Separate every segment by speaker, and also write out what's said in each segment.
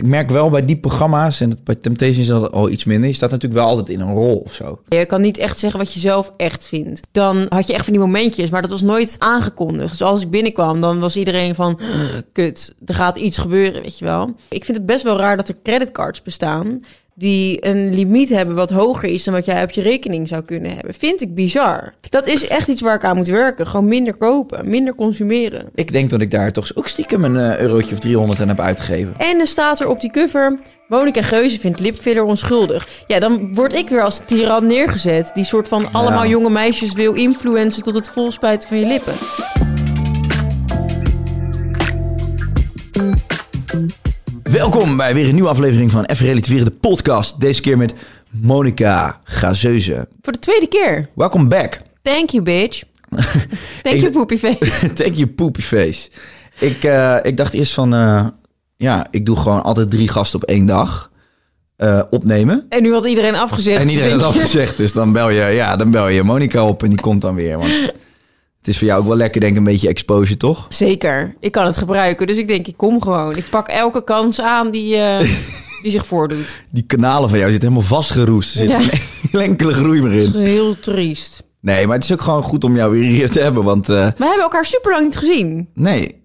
Speaker 1: Ik merk wel bij die programma's, en dat- bij Temptation is dat al iets minder, je staat natuurlijk wel altijd in een rol of zo.
Speaker 2: Je kan niet echt zeggen wat je zelf echt vindt. Dan had je echt van die momentjes, maar dat was nooit aangekondigd. Dus als ik binnenkwam, dan was iedereen van... Kut, er gaat iets gebeuren, weet je wel. Ik vind het best wel raar dat er creditcards bestaan... die een limiet hebben wat hoger is... dan wat jij op je rekening zou kunnen hebben. Vind ik bizar. Dat is echt iets waar ik aan moet werken. Gewoon minder kopen, minder consumeren.
Speaker 1: Ik denk dat ik daar toch ook stiekem een eh, eurotje of 300 aan heb uitgegeven.
Speaker 2: En dan staat er op die cover... Monica Geuze vindt lipfiller onschuldig. Ja, dan word ik weer als tiran neergezet. Die soort van allemaal jonge meisjes wil influencen... tot het volspuiten van je lippen.
Speaker 1: Welkom bij weer een nieuwe aflevering van Even Relativeren, de podcast. Deze keer met Monica Gazeuze.
Speaker 2: Voor de tweede keer.
Speaker 1: Welcome back.
Speaker 2: Thank you, bitch. Thank you, poepieface.
Speaker 1: Thank you, poopy face. Ik, eh, ik dacht eerst van, eh, ja, ik doe gewoon altijd drie gasten op één dag eh, opnemen.
Speaker 2: En nu had iedereen afgezegd.
Speaker 1: En iedereen
Speaker 2: dus
Speaker 1: had
Speaker 2: denk je-
Speaker 1: afgezegd, dus dan bel je, ja, dan bel je Monica op en die komt dan weer. Want het is voor jou ook wel lekker, denk ik, een beetje exposure, toch?
Speaker 2: Zeker. Ik kan het gebruiken. Dus ik denk, ik kom gewoon. Ik pak elke kans aan die, eh, die zich voordoet.
Speaker 1: Die kanalen van jou zitten helemaal vastgeroest. Er zit
Speaker 2: Ja.
Speaker 1: geen enkele groei meer
Speaker 2: Dat
Speaker 1: in.
Speaker 2: is heel triest.
Speaker 1: Nee, maar het is ook gewoon goed om jou weer hier te hebben, want eh,
Speaker 2: We hebben elkaar super lang niet gezien.
Speaker 1: nee.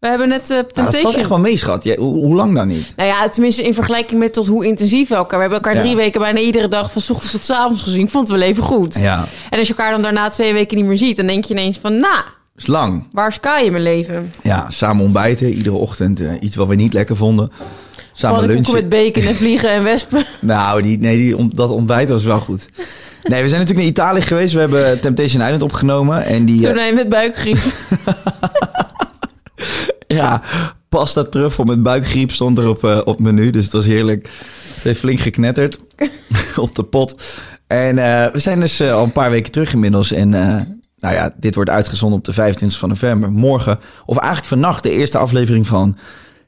Speaker 2: We hebben net eh
Speaker 1: Nou, dat
Speaker 2: Temptation...
Speaker 1: valt echt wel mee, schat. Jij- hoe, hoe lang dan niet?
Speaker 2: Nou ja, tenminste in vergelijking met tot hoe intensief we elkaar... We hebben elkaar
Speaker 1: Ja.
Speaker 2: drie weken bijna iedere dag van 's ochtends tot 's avonds gezien. Ik vond het wel even goed.
Speaker 1: Ja,
Speaker 2: En als je elkaar dan daarna twee weken niet meer ziet... dan denk je ineens van, nou,
Speaker 1: is lang.
Speaker 2: waar is Kai in mijn leven?
Speaker 1: Ja, samen ontbijten, iedere ochtend eh, iets wat we niet lekker vonden. Samen
Speaker 2: koeken
Speaker 1: lunchen.
Speaker 2: met bacon en vliegen en wespen.
Speaker 1: Nou, die, nee, die, ont- dat ontbijt was wel goed. Nee, we zijn natuurlijk naar Italië geweest. We hebben Temptation Island opgenomen. En die, eh,
Speaker 2: Toen hij met buikgriep.
Speaker 1: Ja, pasta truffel met buikgriep stond er op, eh, op menu. Dus het was heerlijk. Het heeft flink geknetterd op de pot. En eh, we zijn dus eh, al een paar weken terug inmiddels. En eh, nou ja, dit wordt uitgezonden op de 25 van november. Morgen, of eigenlijk vannacht, de eerste aflevering van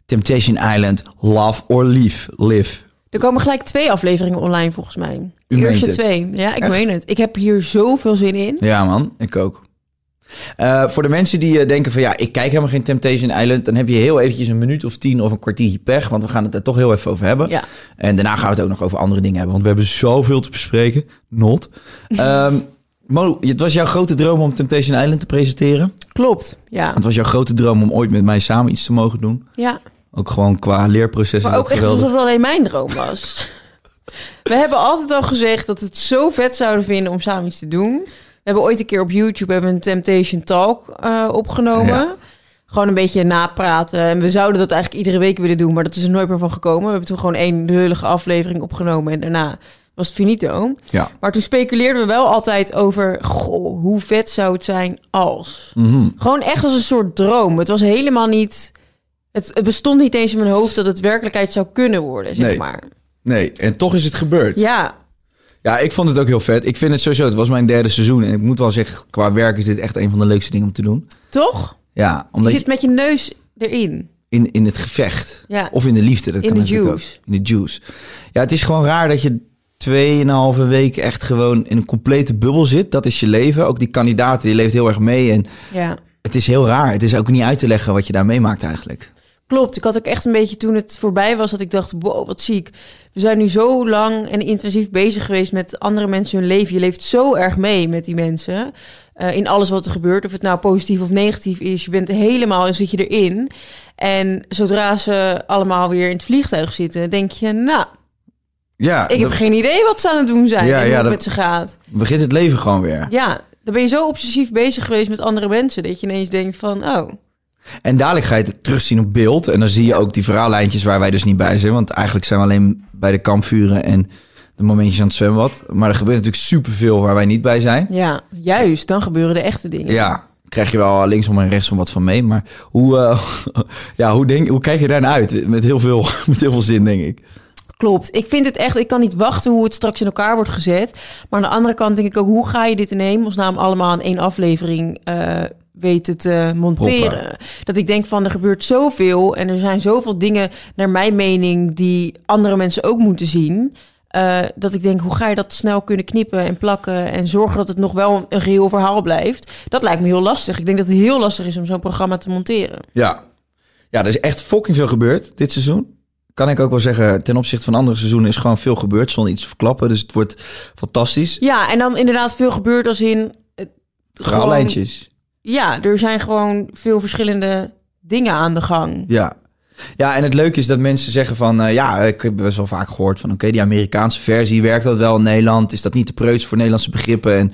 Speaker 1: Temptation Island Love or Leave. Live.
Speaker 2: Er komen gelijk twee afleveringen online volgens mij. De
Speaker 1: U meent
Speaker 2: eerste
Speaker 1: het.
Speaker 2: twee. Ja, ik meen het. Ik heb hier zoveel zin in.
Speaker 1: Ja man, ik ook. Eh, voor de mensen die eh, denken van ja, ik kijk helemaal geen Temptation Island... dan heb je heel eventjes een minuut of tien of een kwartiertje pech... want we gaan het er toch heel even over hebben.
Speaker 2: Ja.
Speaker 1: En daarna gaan we het ook nog over andere dingen hebben, want we hebben zoveel te bespreken. Not. Ehm, Mo, het was jouw grote droom om Temptation Island te presenteren.
Speaker 2: Klopt, ja.
Speaker 1: Het was jouw grote droom om ooit met mij samen iets te mogen doen.
Speaker 2: ja.
Speaker 1: Ook gewoon qua leerproces. is
Speaker 2: Maar
Speaker 1: dat
Speaker 2: ook echt alsof
Speaker 1: geweldig.
Speaker 2: dat alleen mijn droom was. We hebben altijd al gezegd dat we het zo vet zouden vinden om samen iets te doen. We hebben ooit een keer op YouTube hebben we een Temptation Talk eh, opgenomen.
Speaker 1: Ja.
Speaker 2: Gewoon een beetje napraten. En we zouden dat eigenlijk iedere week willen doen, maar dat is er nooit meer van gekomen. We hebben toen gewoon één lullige aflevering opgenomen en daarna was het finito.
Speaker 1: Ja.
Speaker 2: Maar toen speculeerden we wel altijd over, goh, hoe vet zou het zijn als?
Speaker 1: Mhm.
Speaker 2: Gewoon echt als een soort droom. Het was helemaal niet. Het, het bestond niet eens in mijn hoofd dat het werkelijkheid zou kunnen worden, zeg
Speaker 1: Nee.
Speaker 2: maar.
Speaker 1: Nee, en toch is het gebeurd.
Speaker 2: Ja,
Speaker 1: Ja, ik vond het ook heel vet. Ik vind het sowieso, het was mijn derde seizoen. En ik moet wel zeggen, qua werk is dit echt een van de leukste dingen om te doen.
Speaker 2: toch?
Speaker 1: Ja,
Speaker 2: Je
Speaker 1: omdat je
Speaker 2: zit met je neus erin.
Speaker 1: in, in het gevecht.
Speaker 2: Ja.
Speaker 1: Of in de liefde. Dat
Speaker 2: In
Speaker 1: kan
Speaker 2: de
Speaker 1: natuurlijk ook.
Speaker 2: juice.
Speaker 1: In de juice. Ja, het is gewoon raar dat je tweeënhalve week echt gewoon in een complete bubbel zit. Dat is je leven. Ook die kandidaten, je leeft heel erg mee. En
Speaker 2: Ja.
Speaker 1: het is heel raar. Het is ook niet uit te leggen wat je daar meemaakt eigenlijk.
Speaker 2: Klopt, ik had ook echt een beetje toen het voorbij was dat ik dacht, wow, wat ziek. We zijn nu zo lang en intensief bezig geweest met andere mensen hun leven. Je leeft zo erg mee met die mensen. eh, in alles wat er gebeurt, of het nou positief of negatief is. Je bent helemaal en zit je erin. En zodra ze allemaal weer in het vliegtuig zitten, denk je, nou,
Speaker 1: Ja,
Speaker 2: ik heb
Speaker 1: dan
Speaker 2: geen idee wat ze aan het doen zijn
Speaker 1: Ja, ja,
Speaker 2: en hoe het
Speaker 1: dat-
Speaker 2: met ze gaat.
Speaker 1: begint het leven gewoon weer.
Speaker 2: Ja, dan ben je zo obsessief bezig geweest met andere mensen dat je ineens denkt van, oh,
Speaker 1: En dadelijk ga je het terugzien op beeld. En dan zie je ook die verhaallijntjes waar wij dus niet bij zijn. Want eigenlijk zijn we alleen bij de kampvuren en de momentjes aan het zwembad. Maar er gebeurt natuurlijk superveel waar wij niet bij zijn.
Speaker 2: ja, juist, dan gebeuren de echte dingen.
Speaker 1: Ja, krijg je wel linksom en rechtsom wat van mee. Maar hoe, eh, ja, hoe, denk, hoe kijk je daarna uit? Met heel, veel, met heel veel zin, denk ik.
Speaker 2: Klopt. Ik vind het echt, ik kan niet wachten hoe het straks in elkaar wordt gezet. Maar aan de andere kant denk ik ook, hoe ga je dit in hemelsnaam allemaal in één aflevering eh, weten te monteren?
Speaker 1: Proppen.
Speaker 2: Dat ik denk van, er gebeurt zoveel en er zijn zoveel dingen, naar mijn mening, die andere mensen ook moeten zien. eh, dat ik denk, hoe ga je dat snel kunnen knippen en plakken en zorgen dat het nog wel een geheel verhaal blijft? Dat lijkt me heel lastig. Ik denk dat het heel lastig is om zo'n programma te monteren.
Speaker 1: Ja. ja, er is echt fucking veel gebeurd dit seizoen. Kan ik ook wel zeggen, ten opzichte van andere seizoenen is gewoon veel gebeurd zonder iets te verklappen. Dus het wordt fantastisch.
Speaker 2: Ja, en dan inderdaad veel gebeurt als in... eh, het gewoon-
Speaker 1: Verhaallijntjes.
Speaker 2: ja, er zijn gewoon veel verschillende dingen aan de gang.
Speaker 1: Ja. Ja, en het leuke is dat mensen zeggen van... eh, ja, ik heb best wel vaak gehoord van... oké, die Amerikaanse versie, werkt dat wel in Nederland? Is dat niet te preuts voor Nederlandse begrippen? En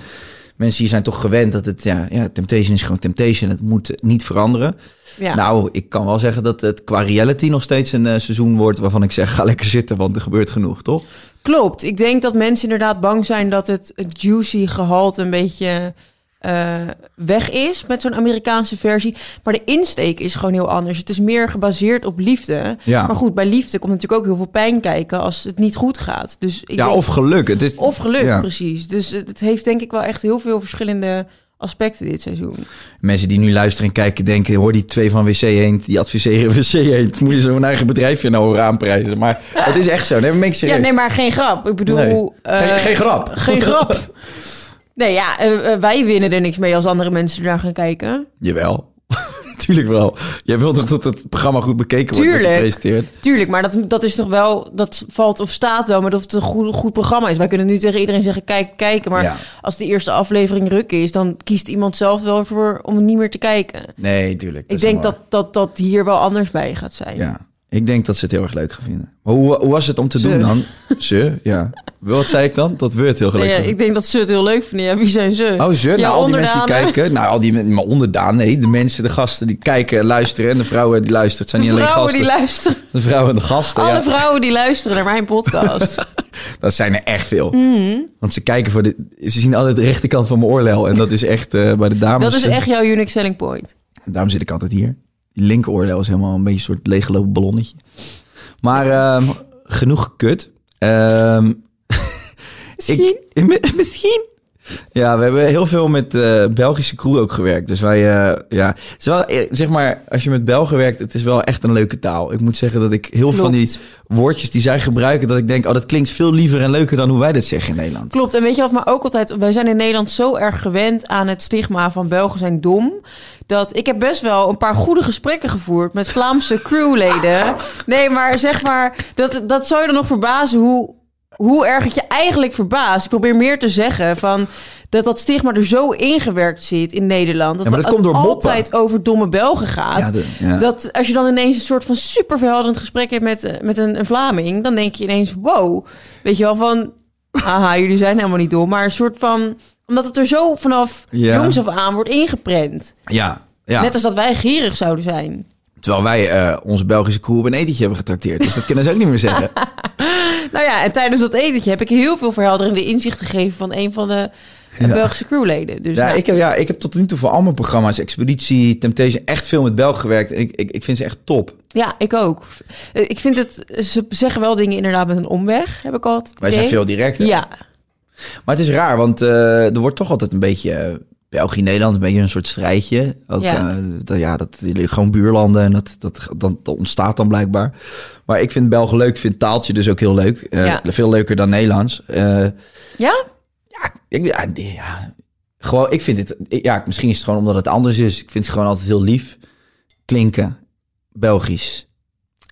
Speaker 1: mensen hier zijn toch gewend dat het... Ja, ja Temptation is gewoon Temptation. Het moet eh, niet veranderen.
Speaker 2: Ja.
Speaker 1: Nou, ik kan wel zeggen dat het qua reality nog steeds een eh, seizoen wordt... waarvan ik zeg, ga lekker zitten, want er gebeurt genoeg, toch?
Speaker 2: Klopt. Ik denk dat mensen inderdaad bang zijn dat het, het juicy gehalte een beetje eh, weg is met zo'n Amerikaanse versie. Maar de insteek is gewoon heel anders. Het is meer gebaseerd op liefde.
Speaker 1: Ja.
Speaker 2: Maar goed, bij liefde komt natuurlijk ook heel veel pijn kijken als het niet goed gaat. Dus ik
Speaker 1: ja,
Speaker 2: denk-
Speaker 1: of geluk. Het is,
Speaker 2: of geluk,
Speaker 1: ja.
Speaker 2: precies. Dus het het heeft denk ik wel echt heel veel verschillende aspecten dit seizoen.
Speaker 1: Mensen die nu luisteren en kijken denken... hoor die twee van WC Eend, die adviseren WC Eend. Moet je zo'n eigen bedrijfje nou aanprijzen? Maar het is echt zo. Nee, maar meen ik serieus.
Speaker 2: Ja, nee, maar geen grap. Ik bedoel...
Speaker 1: Nee.
Speaker 2: eh,
Speaker 1: Geen- geen grap.
Speaker 2: Geen grap. Nee, ja, eh, eh, wij winnen er niks mee als andere mensen ernaar gaan kijken.
Speaker 1: Jawel. Tuurlijk wel. Jij wilt toch dat het programma goed bekeken wordt dat je
Speaker 2: Tuurlijk.
Speaker 1: presenteert?
Speaker 2: Tuurlijk, maar dat, dat is toch wel... Dat valt of staat wel met of het een goed, goed programma is. Wij kunnen nu tegen iedereen zeggen, kijk, kijken. Maar
Speaker 1: Ja.
Speaker 2: als de eerste aflevering ruk is... dan kiest iemand zelf wel voor om het niet meer te kijken.
Speaker 1: Nee, tuurlijk.
Speaker 2: Ik
Speaker 1: is
Speaker 2: denk dat,
Speaker 1: helemaal-
Speaker 2: dat dat hier wel anders bij gaat zijn.
Speaker 1: Ja. Ik denk dat ze het heel erg leuk gaan vinden. Maar hoe, hoe was het om te doen dan? Ze, ja. Wat zei ik dan? Dat we het heel leuk
Speaker 2: Nee, ja,
Speaker 1: gaan
Speaker 2: ik denk dat ze het heel leuk vinden. Ja, wie zijn ze?
Speaker 1: Oh, ze?
Speaker 2: Jouw
Speaker 1: nou, al die mensen die
Speaker 2: onderdanen?
Speaker 1: kijken. Nou, al die men- maar onderdaan. Nee, de mensen, de gasten die kijken en luisteren. En de vrouwen die luisteren. Het zijn
Speaker 2: De
Speaker 1: niet alleen
Speaker 2: vrouwen
Speaker 1: gasten.
Speaker 2: die luisteren.
Speaker 1: de vrouwen en de gasten,
Speaker 2: Alle
Speaker 1: ja.
Speaker 2: vrouwen die luisteren naar mijn podcast.
Speaker 1: Dat zijn er echt veel.
Speaker 2: Mhm.
Speaker 1: Want ze kijken voor de... Ze zien altijd de rechterkant van mijn oorlel. En dat is echt eh, bij de dames...
Speaker 2: Dat is echt jouw unique selling point.
Speaker 1: Daarom zit ik altijd hier. Die linkeroordeel is helemaal een beetje een soort leeggelopen ballonnetje. Maar ehm, genoeg kut. Ehm,
Speaker 2: Misschien.
Speaker 1: misschien. Ja, we hebben heel veel met eh, Belgische crew ook gewerkt. Dus wij, eh, ja. Het is wel, eh, zeg maar, als je met Belgen werkt, het is wel echt een leuke taal. Ik moet zeggen dat ik heel veel van die woordjes die zij gebruiken, dat ik denk, oh, dat klinkt veel liever en leuker dan hoe wij dat zeggen in Nederland.
Speaker 2: Klopt. En weet je wat, maar ook altijd. Wij zijn in Nederland zo erg gewend aan het stigma van Belgen zijn dom. Dat ik heb best wel een paar goede gesprekken gevoerd met Vlaamse crewleden. Nee, maar zeg maar, dat, dat zou je dan nog verbazen hoe. Hoe erg het je eigenlijk verbaast. Ik probeer meer te zeggen van dat dat stigma er zo ingewerkt zit in Nederland. Dat
Speaker 1: Ja, maar dat
Speaker 2: het
Speaker 1: komt door moppen.
Speaker 2: altijd over domme Belgen gaat.
Speaker 1: Ja, de- ja.
Speaker 2: Dat als je dan ineens een soort van superverhelderend gesprek hebt met, eh, met een, een Vlaming, dan denk je ineens: wow, weet je wel van. Haha, jullie zijn helemaal niet dom. Maar een soort van. Omdat het er zo vanaf
Speaker 1: Ja. Ah.
Speaker 2: jongs af aan wordt ingeprent.
Speaker 1: Ja, ja.
Speaker 2: Net als dat wij gierig zouden zijn.
Speaker 1: Terwijl wij eh, onze Belgische crew op een etentje hebben getrakteerd. Dus dat kunnen ze ook niet meer zeggen.
Speaker 2: Nou ja, en tijdens dat etentje heb ik heel veel verhelderende inzichten gegeven van een van de eh, Belgische crewleden. Dus
Speaker 1: Ja,
Speaker 2: nou,
Speaker 1: ik heb, ja, ik heb tot nu toe voor al mijn programma's, Expeditie, Temptation, echt veel met Belg gewerkt. En Ik, ik, ik vind ze echt top.
Speaker 2: ja, ik ook. Eh, Ik vind het. Ze zeggen wel dingen inderdaad met een omweg, heb ik altijd. het
Speaker 1: Wij zijn
Speaker 2: idee.
Speaker 1: veel directer.
Speaker 2: Ja,
Speaker 1: Maar het is raar, want eh, er wordt toch altijd een beetje eh, België-Nederland, een beetje een soort strijdje. Ook,
Speaker 2: Ja.
Speaker 1: ja. dat, ja, dat jullie gewoon buurlanden en dat, dat, dat, dat ontstaat dan blijkbaar. Maar ik vind Belgen leuk, vind taaltje dus ook heel leuk. Eh,
Speaker 2: Ja.
Speaker 1: Veel leuker dan Nederlands. Eh,
Speaker 2: ja?
Speaker 1: ik, ja, die- ja, gewoon, ik vind het, ik- ja, misschien is het gewoon omdat het anders is. Ik vind het gewoon altijd heel lief klinken, Belgisch.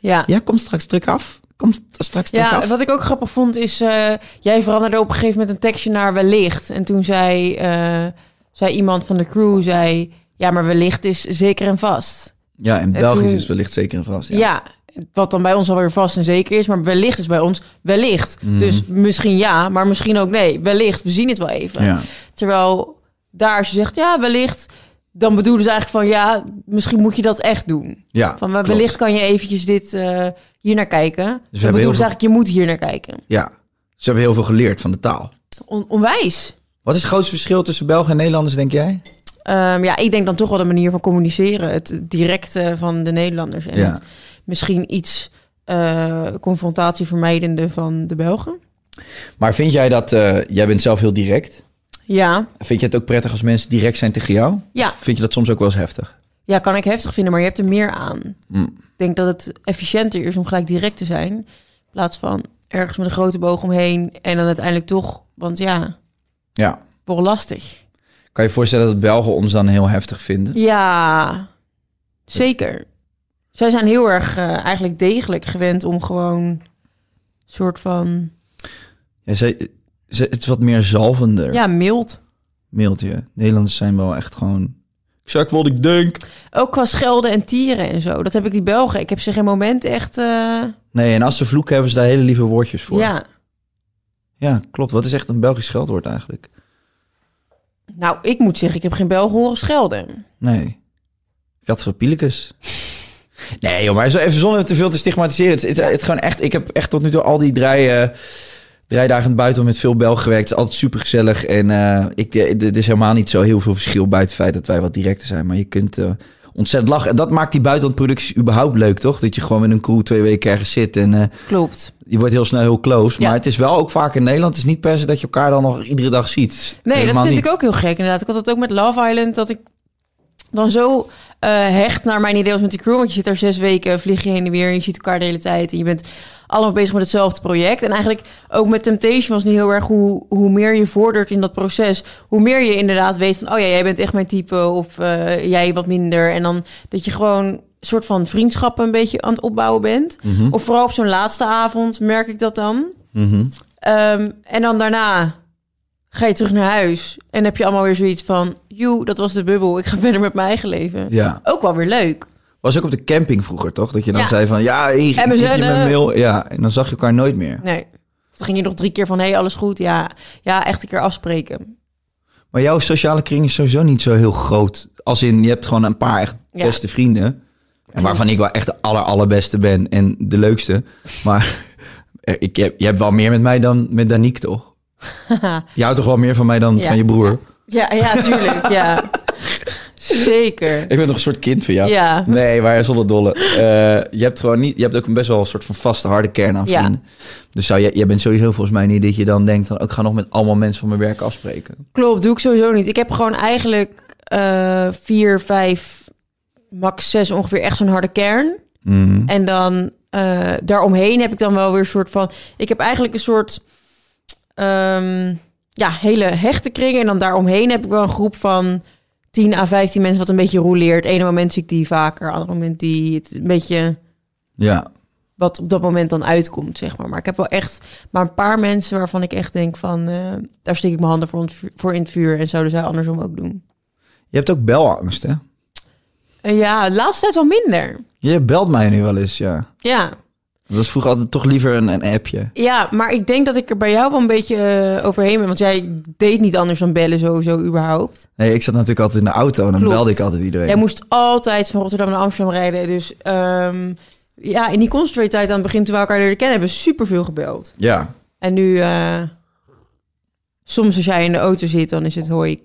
Speaker 2: Ja.
Speaker 1: Ja, kom straks druk af. Kom st- straks druk
Speaker 2: Ja,
Speaker 1: af.
Speaker 2: wat ik ook grappig vond is, eh, jij veranderde op een gegeven moment een tekstje naar wellicht. En toen zei, eh, zei iemand van de crew, zei, ja, maar wellicht is zeker en vast.
Speaker 1: Ja, en
Speaker 2: En
Speaker 1: Belgisch
Speaker 2: toen-
Speaker 1: is wellicht zeker een vast. Ja.
Speaker 2: Ja. wat dan bij ons alweer vast en zeker is, maar wellicht is bij ons wellicht.
Speaker 1: Mhm.
Speaker 2: Dus misschien ja, maar misschien ook nee. Wellicht, we zien het wel even.
Speaker 1: Ja.
Speaker 2: Terwijl daar als je zegt ja, wellicht, dan bedoelen ze eigenlijk van ja, misschien moet je dat echt doen.
Speaker 1: Ja,
Speaker 2: van
Speaker 1: klopt.
Speaker 2: wellicht kan je eventjes dit eh hier naar kijken. Dus
Speaker 1: heel
Speaker 2: bedoelen ze
Speaker 1: veel-
Speaker 2: eigenlijk je moet hier naar kijken.
Speaker 1: Ja. Ze hebben heel veel geleerd van de taal.
Speaker 2: On- onwijs.
Speaker 1: Wat is het grootste verschil tussen Belgen en Nederlanders, denk jij?
Speaker 2: Ehm, ja, ik denk dan toch wel de manier van communiceren. Het directe van de Nederlanders. En
Speaker 1: Ja.
Speaker 2: het misschien iets eh confrontatie vermijdende van de Belgen.
Speaker 1: Maar vind jij dat, eh, jij bent zelf heel direct.
Speaker 2: Ja,
Speaker 1: Vind je het ook prettig als mensen direct zijn tegen jou?
Speaker 2: Ja.
Speaker 1: Of vind je dat soms ook wel eens heftig?
Speaker 2: ja, kan ik heftig vinden, maar je hebt er meer aan. Ik denk dat het efficiënter is om gelijk direct te zijn. In plaats van ergens met een grote boog omheen en dan uiteindelijk toch. Want ja,
Speaker 1: Ja.
Speaker 2: voor lastig.
Speaker 1: Kan je je voorstellen dat Belgen ons dan heel heftig vinden?
Speaker 2: Ja, zeker. Zij zijn heel erg eh, eigenlijk degelijk gewend om gewoon soort van
Speaker 1: Ja, ze, ze- het is wat meer zalvender.
Speaker 2: ja, mild.
Speaker 1: Mildje. Nederlanders zijn wel echt gewoon... Exact wat ik denk.
Speaker 2: Ook qua schelden en tieren en zo. Dat heb ik die Belgen. Ik heb ze geen moment echt. eh,
Speaker 1: Nee, en als ze vloeken hebben ze daar hele lieve woordjes voor.
Speaker 2: ja.
Speaker 1: Ja, klopt. Wat is echt een Belgisch scheldwoord eigenlijk?
Speaker 2: Nou, ik moet zeggen, ik heb geen Belgen horen schelden.
Speaker 1: Nee. Ik had gepielicus. Nee, joh, maar zo even zonder te veel te stigmatiseren. Het, is- het, is- het is gewoon echt, ik heb echt tot nu toe al die drie, eh drie dagen buiten met veel Belgen gewerkt. Het is altijd super gezellig. En eh, ik, eh, d- er is helemaal niet zo heel veel verschil buiten het feit dat wij wat directer zijn. Maar je kunt eh, ontzettend lachen. En dat maakt die buitenlandproducties überhaupt leuk, toch? Dat je gewoon met een crew twee weken ergens zit en eh,
Speaker 2: Klopt.
Speaker 1: je wordt heel snel heel close.
Speaker 2: Ja.
Speaker 1: Maar het is wel ook vaak in Nederland. Het is niet per se dat je elkaar dan nog iedere dag ziet.
Speaker 2: Nee,
Speaker 1: Helemaal
Speaker 2: dat vind
Speaker 1: niet.
Speaker 2: ik ook heel gek. Inderdaad. Ik had dat ook met Love Island. Dat ik dan zo eh, hecht naar mijn idee als met die crew. Want je zit daar zes weken, vlieg je heen en weer. En je ziet elkaar de hele tijd. En je bent allemaal bezig met hetzelfde project. En eigenlijk ook met Temptation was nu heel erg hoe, hoe meer je vordert in dat proces. Hoe meer je inderdaad weet van, oh ja, jij bent echt mijn type. Of eh, jij wat minder. En dan dat je gewoon soort van vriendschappen een beetje aan het opbouwen bent.
Speaker 1: Mhm.
Speaker 2: Of vooral op zo'n laatste avond merk ik dat dan. Ehm, en dan daarna ga je terug naar huis en heb je allemaal weer zoiets van... joe, dat was de bubbel, ik ga verder met mijn eigen leven.
Speaker 1: Ja.
Speaker 2: Ook wel weer leuk.
Speaker 1: Was ook op de camping vroeger, toch? Dat je dan
Speaker 2: Ja.
Speaker 1: zei van, ja, hier, ik heb je
Speaker 2: MSN,
Speaker 1: mijn
Speaker 2: eh.
Speaker 1: mail. Ja, en dan zag je elkaar nooit meer.
Speaker 2: Nee. Of dan ging je nog drie keer van, hé, hey, alles goed? Ja, ja, echt een keer afspreken.
Speaker 1: Maar jouw sociale kring is sowieso niet zo heel groot. Als in, je hebt gewoon een paar echt
Speaker 2: Ja.
Speaker 1: beste vrienden. En waarvan ik wel echt de aller, allerbeste ben en de leukste. Maar eh, ik heb, je hebt wel meer met mij dan met Danique, toch? je houdt toch wel meer van mij dan
Speaker 2: Ja.
Speaker 1: van je broer?
Speaker 2: Ja, ja, tuurlijk, ja. Zeker.
Speaker 1: Ik ben nog een soort kind van jou.
Speaker 2: Ja.
Speaker 1: Nee, maar zonder dolle. Eh, je hebt gewoon niet. Je hebt ook een best wel een soort van vaste harde kern aan
Speaker 2: Ja.
Speaker 1: vrienden. Dus zou je, jij bent sowieso volgens mij niet dat je dan denkt van oh, ik ga nog met allemaal mensen van mijn werk afspreken.
Speaker 2: Klopt, doe ik sowieso niet. Ik heb gewoon eigenlijk eh, vier, vijf, max zes ongeveer echt zo'n harde kern. En dan eh, daaromheen heb ik dan wel weer een soort van... Ik heb eigenlijk een soort ehm, ja, hele hechte kring. En dan daaromheen heb ik wel een groep van 10 à 15 mensen wat een beetje roleert. Ene moment zie ik die vaker, andere moment die het een beetje
Speaker 1: Ja.
Speaker 2: wat op dat moment dan uitkomt, zeg maar. Maar ik heb wel echt maar een paar mensen waarvan ik echt denk van... eh, daar steek ik mijn handen voor, ont- voor in het vuur en zouden zij andersom ook doen.
Speaker 1: Je hebt ook belangst, hè?
Speaker 2: Eh, ja, de laatste tijd wel minder.
Speaker 1: Je belt mij nu wel eens, ja.
Speaker 2: Ja.
Speaker 1: Dat was vroeger altijd toch liever een, een appje.
Speaker 2: ja, maar ik denk dat ik er bij jou wel een beetje eh, overheen ben. Want jij deed niet anders dan bellen sowieso überhaupt.
Speaker 1: Nee, ik zat natuurlijk altijd in de auto en dan
Speaker 2: Klopt.
Speaker 1: belde ik altijd iedereen.
Speaker 2: Jij moest altijd van Rotterdam naar Amsterdam rijden. Dus ehm, ja, in die concentrate tijd aan het begin toen we elkaar leren kennen... hebben we superveel gebeld.
Speaker 1: Ja.
Speaker 2: En nu... eh, soms als jij in de auto zit, dan is het hoi,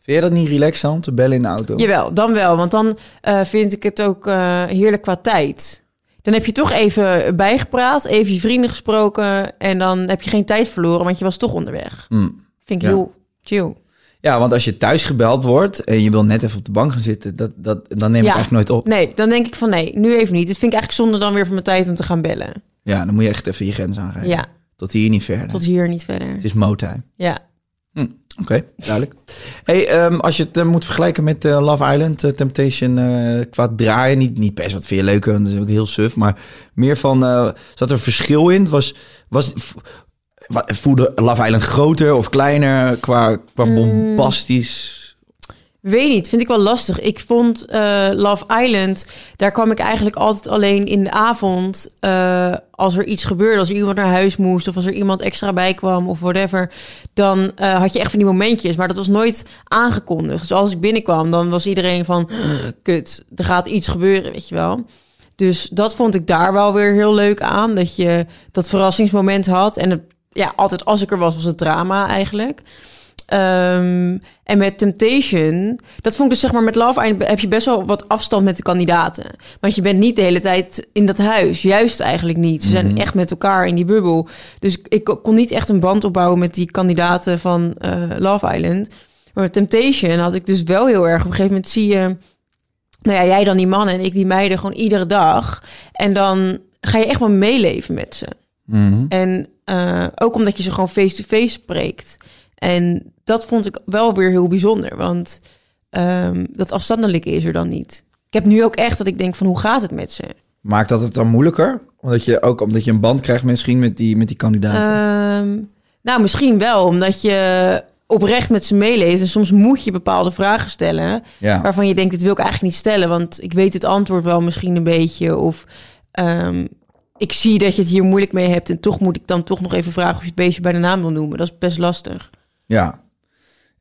Speaker 1: Vind je dat niet relaxed dan, te bellen in de auto?
Speaker 2: Jawel, dan wel. Want dan eh, vind ik het ook eh, heerlijk qua tijd. Dan heb je toch even bijgepraat, even je vrienden gesproken. En dan heb je geen tijd verloren, want je was toch onderweg. Vind ik
Speaker 1: Mm. ja.
Speaker 2: heel chill.
Speaker 1: Ja, want als je thuis gebeld wordt en je wil net even op de bank gaan zitten, dat, dat, dan neem ik echt nooit op.
Speaker 2: Nee, dan denk ik van nee, nu even niet. Dit vind ik eigenlijk zonde dan weer van mijn tijd om te gaan bellen.
Speaker 1: Ja, dan moet je echt even je grens aangeven.
Speaker 2: Ja,
Speaker 1: Tot hier niet verder.
Speaker 2: tot hier niet verder.
Speaker 1: Het is Motai.
Speaker 2: Ja.
Speaker 1: Oké, duidelijk. Hey, ehm, als je het eh, moet vergelijken met eh, Love Island, eh, Temptation, eh, qua draaien, niet, niet best wat veel leuker, want dat is ook heel suf, maar meer van, eh, zat er verschil in? Was, was, v- wa- voelde Love Island groter of kleiner qua, qua bombastisch?
Speaker 2: Weet niet, vind ik wel lastig. Ik vond eh, Love Island, daar kwam ik eigenlijk altijd alleen in de avond. eh, als er iets gebeurde, als er iemand naar huis moest of als er iemand extra bij kwam of whatever. Dan eh, had je echt van die momentjes, maar dat was nooit aangekondigd. Dus als ik binnenkwam, dan was iedereen van, kut, er gaat iets gebeuren, weet je wel. Dus dat vond ik daar wel weer heel leuk aan. Dat je dat verrassingsmoment had. En het- ja, altijd als ik er was, was het drama eigenlijk. Ehm, en met Temptation, dat vond ik dus zeg maar met Love Island heb je best wel wat afstand met de kandidaten. Want je bent niet de hele tijd in dat huis, juist eigenlijk niet. Ze zijn echt met elkaar in die bubbel. Dus ik kon niet echt een band opbouwen met die kandidaten van eh, Love Island. Maar met Temptation had ik dus wel heel erg, op een gegeven moment zie je nou ja, jij dan die mannen en ik die meiden gewoon iedere dag. En dan ga je echt wel meeleven met ze. En eh, ook omdat je ze gewoon face-to-face spreekt. En dat vond ik wel weer heel bijzonder, want ehm, dat afstandelijke is er dan niet. Ik heb nu ook echt dat ik denk van hoe gaat het met ze?
Speaker 1: Maakt dat het dan moeilijker? Omdat je ook omdat je een band krijgt misschien met die, met die kandidaten.
Speaker 2: Ehm, nou, misschien wel, omdat je oprecht met ze meeleest. En soms moet je bepaalde vragen stellen.
Speaker 1: Ja.
Speaker 2: Waarvan je denkt, dit wil ik eigenlijk niet stellen. Want ik weet het antwoord wel misschien een beetje. Of ehm, ik zie dat je het hier moeilijk mee hebt. En toch moet ik dan toch nog even vragen of je het beestje bij de naam wil noemen. Dat is best lastig.
Speaker 1: ja.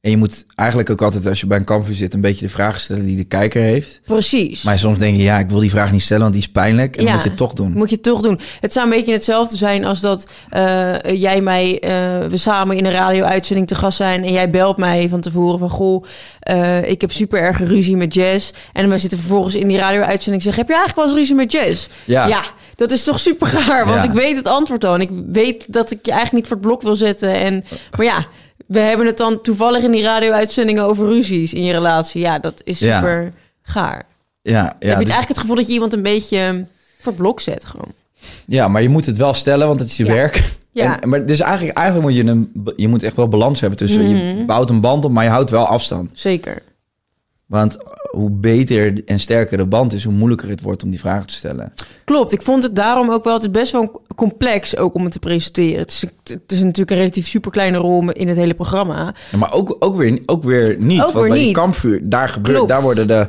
Speaker 1: En je moet eigenlijk ook altijd als je bij een kampvuur zit een beetje de vragen stellen die de kijker heeft.
Speaker 2: Precies.
Speaker 1: Maar soms denk je, ja, ik wil die vraag niet stellen, want die is pijnlijk. En dan moet je het toch doen.
Speaker 2: Moet je het toch doen. Het zou een beetje hetzelfde zijn als dat eh, jij mij, eh, we samen in een radio-uitzending te gast zijn en jij belt mij van tevoren van goh, eh, ik heb super erg ruzie met Jess. En we zitten vervolgens in die radio-uitzending en zeg, heb je eigenlijk wel eens ruzie met Jess?
Speaker 1: Ja.
Speaker 2: dat is toch super raar,
Speaker 1: Ja.
Speaker 2: want ik weet het antwoord al en ik weet dat ik je eigenlijk niet voor het blok wil zetten. En, maar ja. We hebben het dan toevallig in die radio-uitzendingen over ruzies in je relatie. Ja, dat is
Speaker 1: Ja.
Speaker 2: super gaar
Speaker 1: Ja, ja,
Speaker 2: heb je
Speaker 1: dus-
Speaker 2: het eigenlijk het gevoel dat je iemand een beetje ehm, voor het blok zet gewoon.
Speaker 1: ja, maar je moet het wel stellen, want het is je
Speaker 2: Ja.
Speaker 1: werk.
Speaker 2: Ja.
Speaker 1: En, maar dus eigenlijk, eigenlijk moet je een, je moet echt wel balans hebben tussen,
Speaker 2: Mhm.
Speaker 1: je bouwt een band op, maar je houdt wel afstand.
Speaker 2: Zeker.
Speaker 1: Want hoe beter en sterker de band is, hoe moeilijker het wordt om die vragen te stellen.
Speaker 2: Klopt, ik vond het daarom ook wel, het is best wel complex ook om het te presenteren. Het is, het is natuurlijk een relatief superkleine rol in het hele programma.
Speaker 1: Ja, maar ook, ook, weer, ook weer niet.
Speaker 2: Ook
Speaker 1: want
Speaker 2: weer
Speaker 1: bij die
Speaker 2: niet.
Speaker 1: kampvuur, daar gebeurt,
Speaker 2: Klopt.
Speaker 1: daar worden de,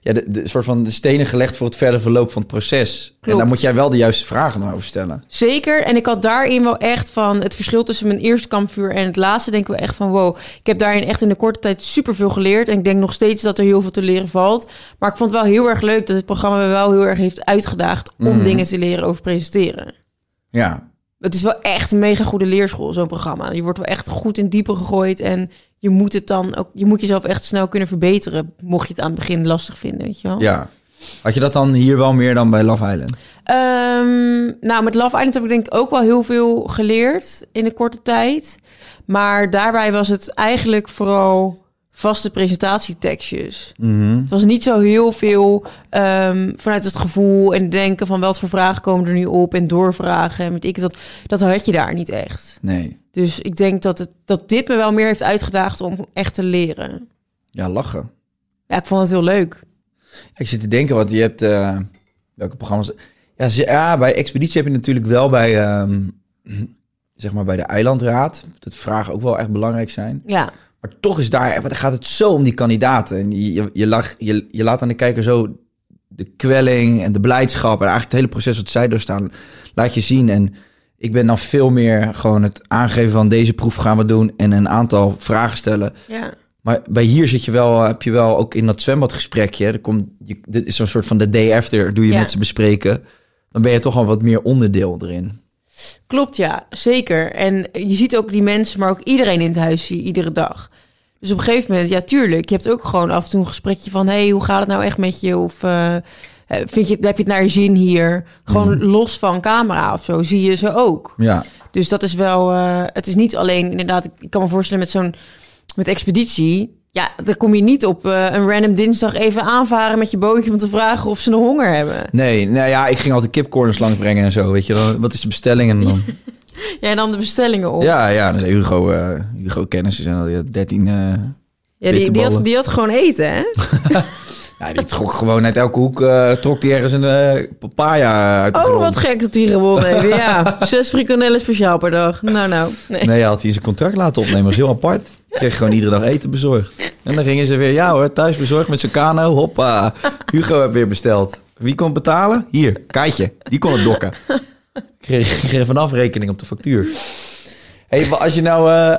Speaker 1: ja, de, de soort van de stenen gelegd voor het verder verloop van het proces. En
Speaker 2: Klopt.
Speaker 1: daar moet jij wel de juiste vragen naar over stellen.
Speaker 2: Zeker, en ik had daarin wel echt van het verschil tussen mijn eerste kampvuur en het laatste denk ik wel echt van wow. Ik heb daarin echt in de korte tijd superveel geleerd en ik denk nog steeds dat er heel veel te leren valt. Maar ik vond het wel heel erg leuk dat het programma me wel heel erg heeft uitgedaagd om
Speaker 1: Mhm.
Speaker 2: dingen te leren over presenteren.
Speaker 1: Ja,
Speaker 2: Het is wel echt een mega goede leerschool, zo'n programma. Je wordt wel echt goed in diepe gegooid. En je moet het dan ook, je moet jezelf echt snel kunnen verbeteren. Mocht je het aan het begin lastig vinden, weet je wel.
Speaker 1: ja. Had je dat dan hier wel meer dan bij Love Island?
Speaker 2: Ehm, nou, met Love Island heb ik denk ik ook wel heel veel geleerd in de korte tijd. Maar daarbij was het eigenlijk vooral vaste presentatietekstjes. Het was niet zo heel veel ehm, vanuit het gevoel en denken van wat voor vragen komen er nu op en doorvragen. En weet ik, het wat. dat had je daar niet echt.
Speaker 1: Nee.
Speaker 2: Dus ik denk dat, het, dat dit me wel meer heeft uitgedaagd om echt te leren.
Speaker 1: Ja, lachen.
Speaker 2: Ja, ik vond het heel leuk.
Speaker 1: Ik zit te denken, want je hebt... eh, welke programma's... Ja, ze- ja, bij Expeditie heb je natuurlijk wel bij... ehm, zeg maar bij de eilandraad. Dat vragen ook wel echt belangrijk zijn.
Speaker 2: Ja,
Speaker 1: Maar toch is daar, want dan gaat het zo om die kandidaten. En je, je, je, lag, je, je laat aan de kijker zo de kwelling en de blijdschap... en eigenlijk het hele proces wat zij doorstaan, laat je zien. En ik ben dan veel meer gewoon het aangeven van... deze proef gaan we doen en een aantal vragen stellen...
Speaker 2: ja.
Speaker 1: Maar bij hier zit je wel, heb je wel ook in dat zwembadgesprekje. hè, Er komt, je, dit is zo'n soort van de day after, doe je
Speaker 2: Ja.
Speaker 1: met ze bespreken. Dan ben je toch al wat meer onderdeel erin.
Speaker 2: Klopt, ja, zeker. En je ziet ook die mensen, maar ook iedereen in het huis zie je iedere dag. Dus op een gegeven moment, ja, tuurlijk. Je hebt ook gewoon af en toe een gesprekje van: hey, hoe gaat het nou echt met je? Of eh, eh, vind je, het- heb je het naar je zin hier? Gewoon los van camera of zo, zie je ze ook.
Speaker 1: Ja,
Speaker 2: Dus dat is wel. eh, het is niet alleen inderdaad. ik- Ik kan me voorstellen met zo'n. met expeditie. Ja, daar kom je niet op eh, een random dinsdag even aanvaren met je bootje om te vragen of ze nog honger hebben.
Speaker 1: nee, nou ja, ik ging altijd kipcorners langbrengen en zo. Weet je, wel. wat is de bestelling? En dan,
Speaker 2: Jij nam de bestellingen op.
Speaker 1: ja, ja, dan zei Hugo, eh Hugo kennis en al die 13. eh,
Speaker 2: Ja, die, die,
Speaker 1: bitterballen.
Speaker 2: had, die had gewoon eten, hè?
Speaker 1: Nou, die trok gewoon uit elke hoek, eh, trok die ergens een eh, papaya uit de
Speaker 2: Oh,
Speaker 1: grond.
Speaker 2: wat gek dat die gewonnen heeft. Ja, zes frikandellen speciaal per dag. Nou, nou. Nee.
Speaker 1: Nee, hij had hij zijn contract laten opnemen. Dat was heel apart. Kreeg gewoon iedere dag eten bezorgd. En dan gingen ze weer, ja hoor, thuis bezorgd met zijn kano. Hoppa, Hugo heb weer besteld. Wie kon betalen? Hier, Kaatje. Die kon het dokken. Kreeg, kreeg een afrekening op de factuur. Hé, hey, maar als je nou eh,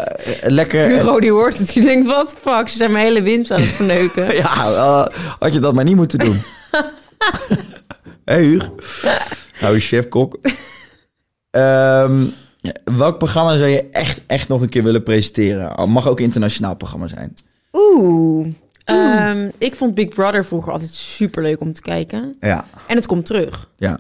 Speaker 1: lekker...
Speaker 2: Hugo die hoort het. Die denkt, wat fuck, ze zijn mijn hele winst aan het verneuken.
Speaker 1: Ja, eh, had je dat maar niet moeten doen. Hé hey, Huug. Nou, je chef-kok. Ehm, welk programma zou je echt, echt nog een keer willen presenteren? Al Mag ook een internationaal programma zijn.
Speaker 2: Oeh. Ehm, ik vond Big Brother vroeger altijd superleuk om te kijken.
Speaker 1: Ja.
Speaker 2: En het komt terug.
Speaker 1: Ja.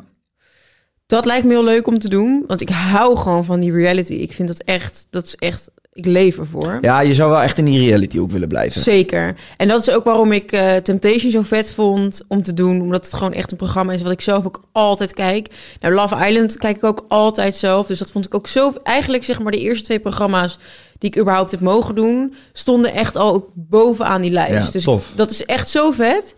Speaker 2: Dat lijkt me heel leuk om te doen. Want ik hou gewoon van die reality. Ik vind dat echt, dat is echt, ik leef ervoor.
Speaker 1: ja, je zou wel echt in die reality ook willen blijven.
Speaker 2: Zeker. En dat is ook waarom ik eh, Temptation zo vet vond om te doen. Omdat het gewoon echt een programma is wat ik zelf ook altijd kijk. Nou, Love Island kijk ik ook altijd zelf. Dus dat vond ik ook zo... Eigenlijk zeg maar de eerste twee programma's die ik überhaupt heb mogen doen... stonden echt al ook bovenaan die lijst.
Speaker 1: Ja,
Speaker 2: dus
Speaker 1: tof.
Speaker 2: dat is echt zo vet.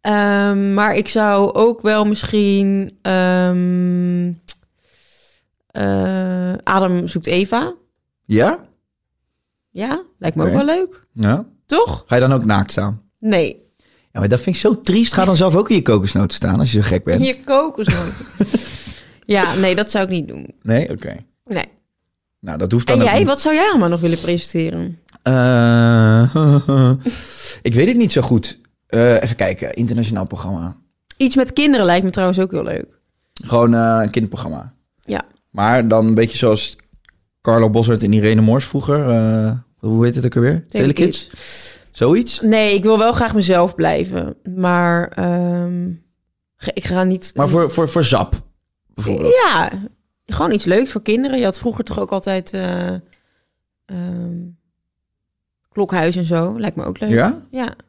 Speaker 2: Ehm, maar ik zou ook wel misschien... ehm, eh, Adam zoekt Eva.
Speaker 1: Ja?
Speaker 2: Ja, lijkt me
Speaker 1: Oké.
Speaker 2: ook wel leuk.
Speaker 1: Ja.
Speaker 2: Toch?
Speaker 1: Ga je dan ook naakt staan?
Speaker 2: Nee,
Speaker 1: Ja, maar dat vind ik zo triest. Ga dan zelf ook in je kokosnoot staan als je zo gek
Speaker 2: In
Speaker 1: bent.
Speaker 2: Je kokosnoten. ja, nee, dat zou ik niet doen.
Speaker 1: Nee? Oké.
Speaker 2: Nee.
Speaker 1: Nou, dat hoeft dan
Speaker 2: En
Speaker 1: ook
Speaker 2: jij,
Speaker 1: niet.
Speaker 2: wat zou jij allemaal nog willen presenteren?
Speaker 1: Eh, ik weet het niet zo goed. Eh, even kijken. Internationaal programma.
Speaker 2: Iets met kinderen lijkt me trouwens ook heel leuk.
Speaker 1: Gewoon eh, een kinderprogramma.
Speaker 2: Ja.
Speaker 1: Maar dan een beetje zoals Carlo Bossert en Irene Moors vroeger. eh, hoe heet het ook alweer?
Speaker 2: Telekids.
Speaker 1: Zoiets.
Speaker 2: Nee, ik wil wel graag mezelf blijven. Maar ehm, ge- ik ga niet...
Speaker 1: Maar voor, voor, voor Zap, bijvoorbeeld.
Speaker 2: Ja, gewoon iets leuks voor kinderen. Je had vroeger toch ook altijd... eh, ehm, klokhuis en zo. Lijkt me ook leuk.
Speaker 1: Ja?
Speaker 2: Ja.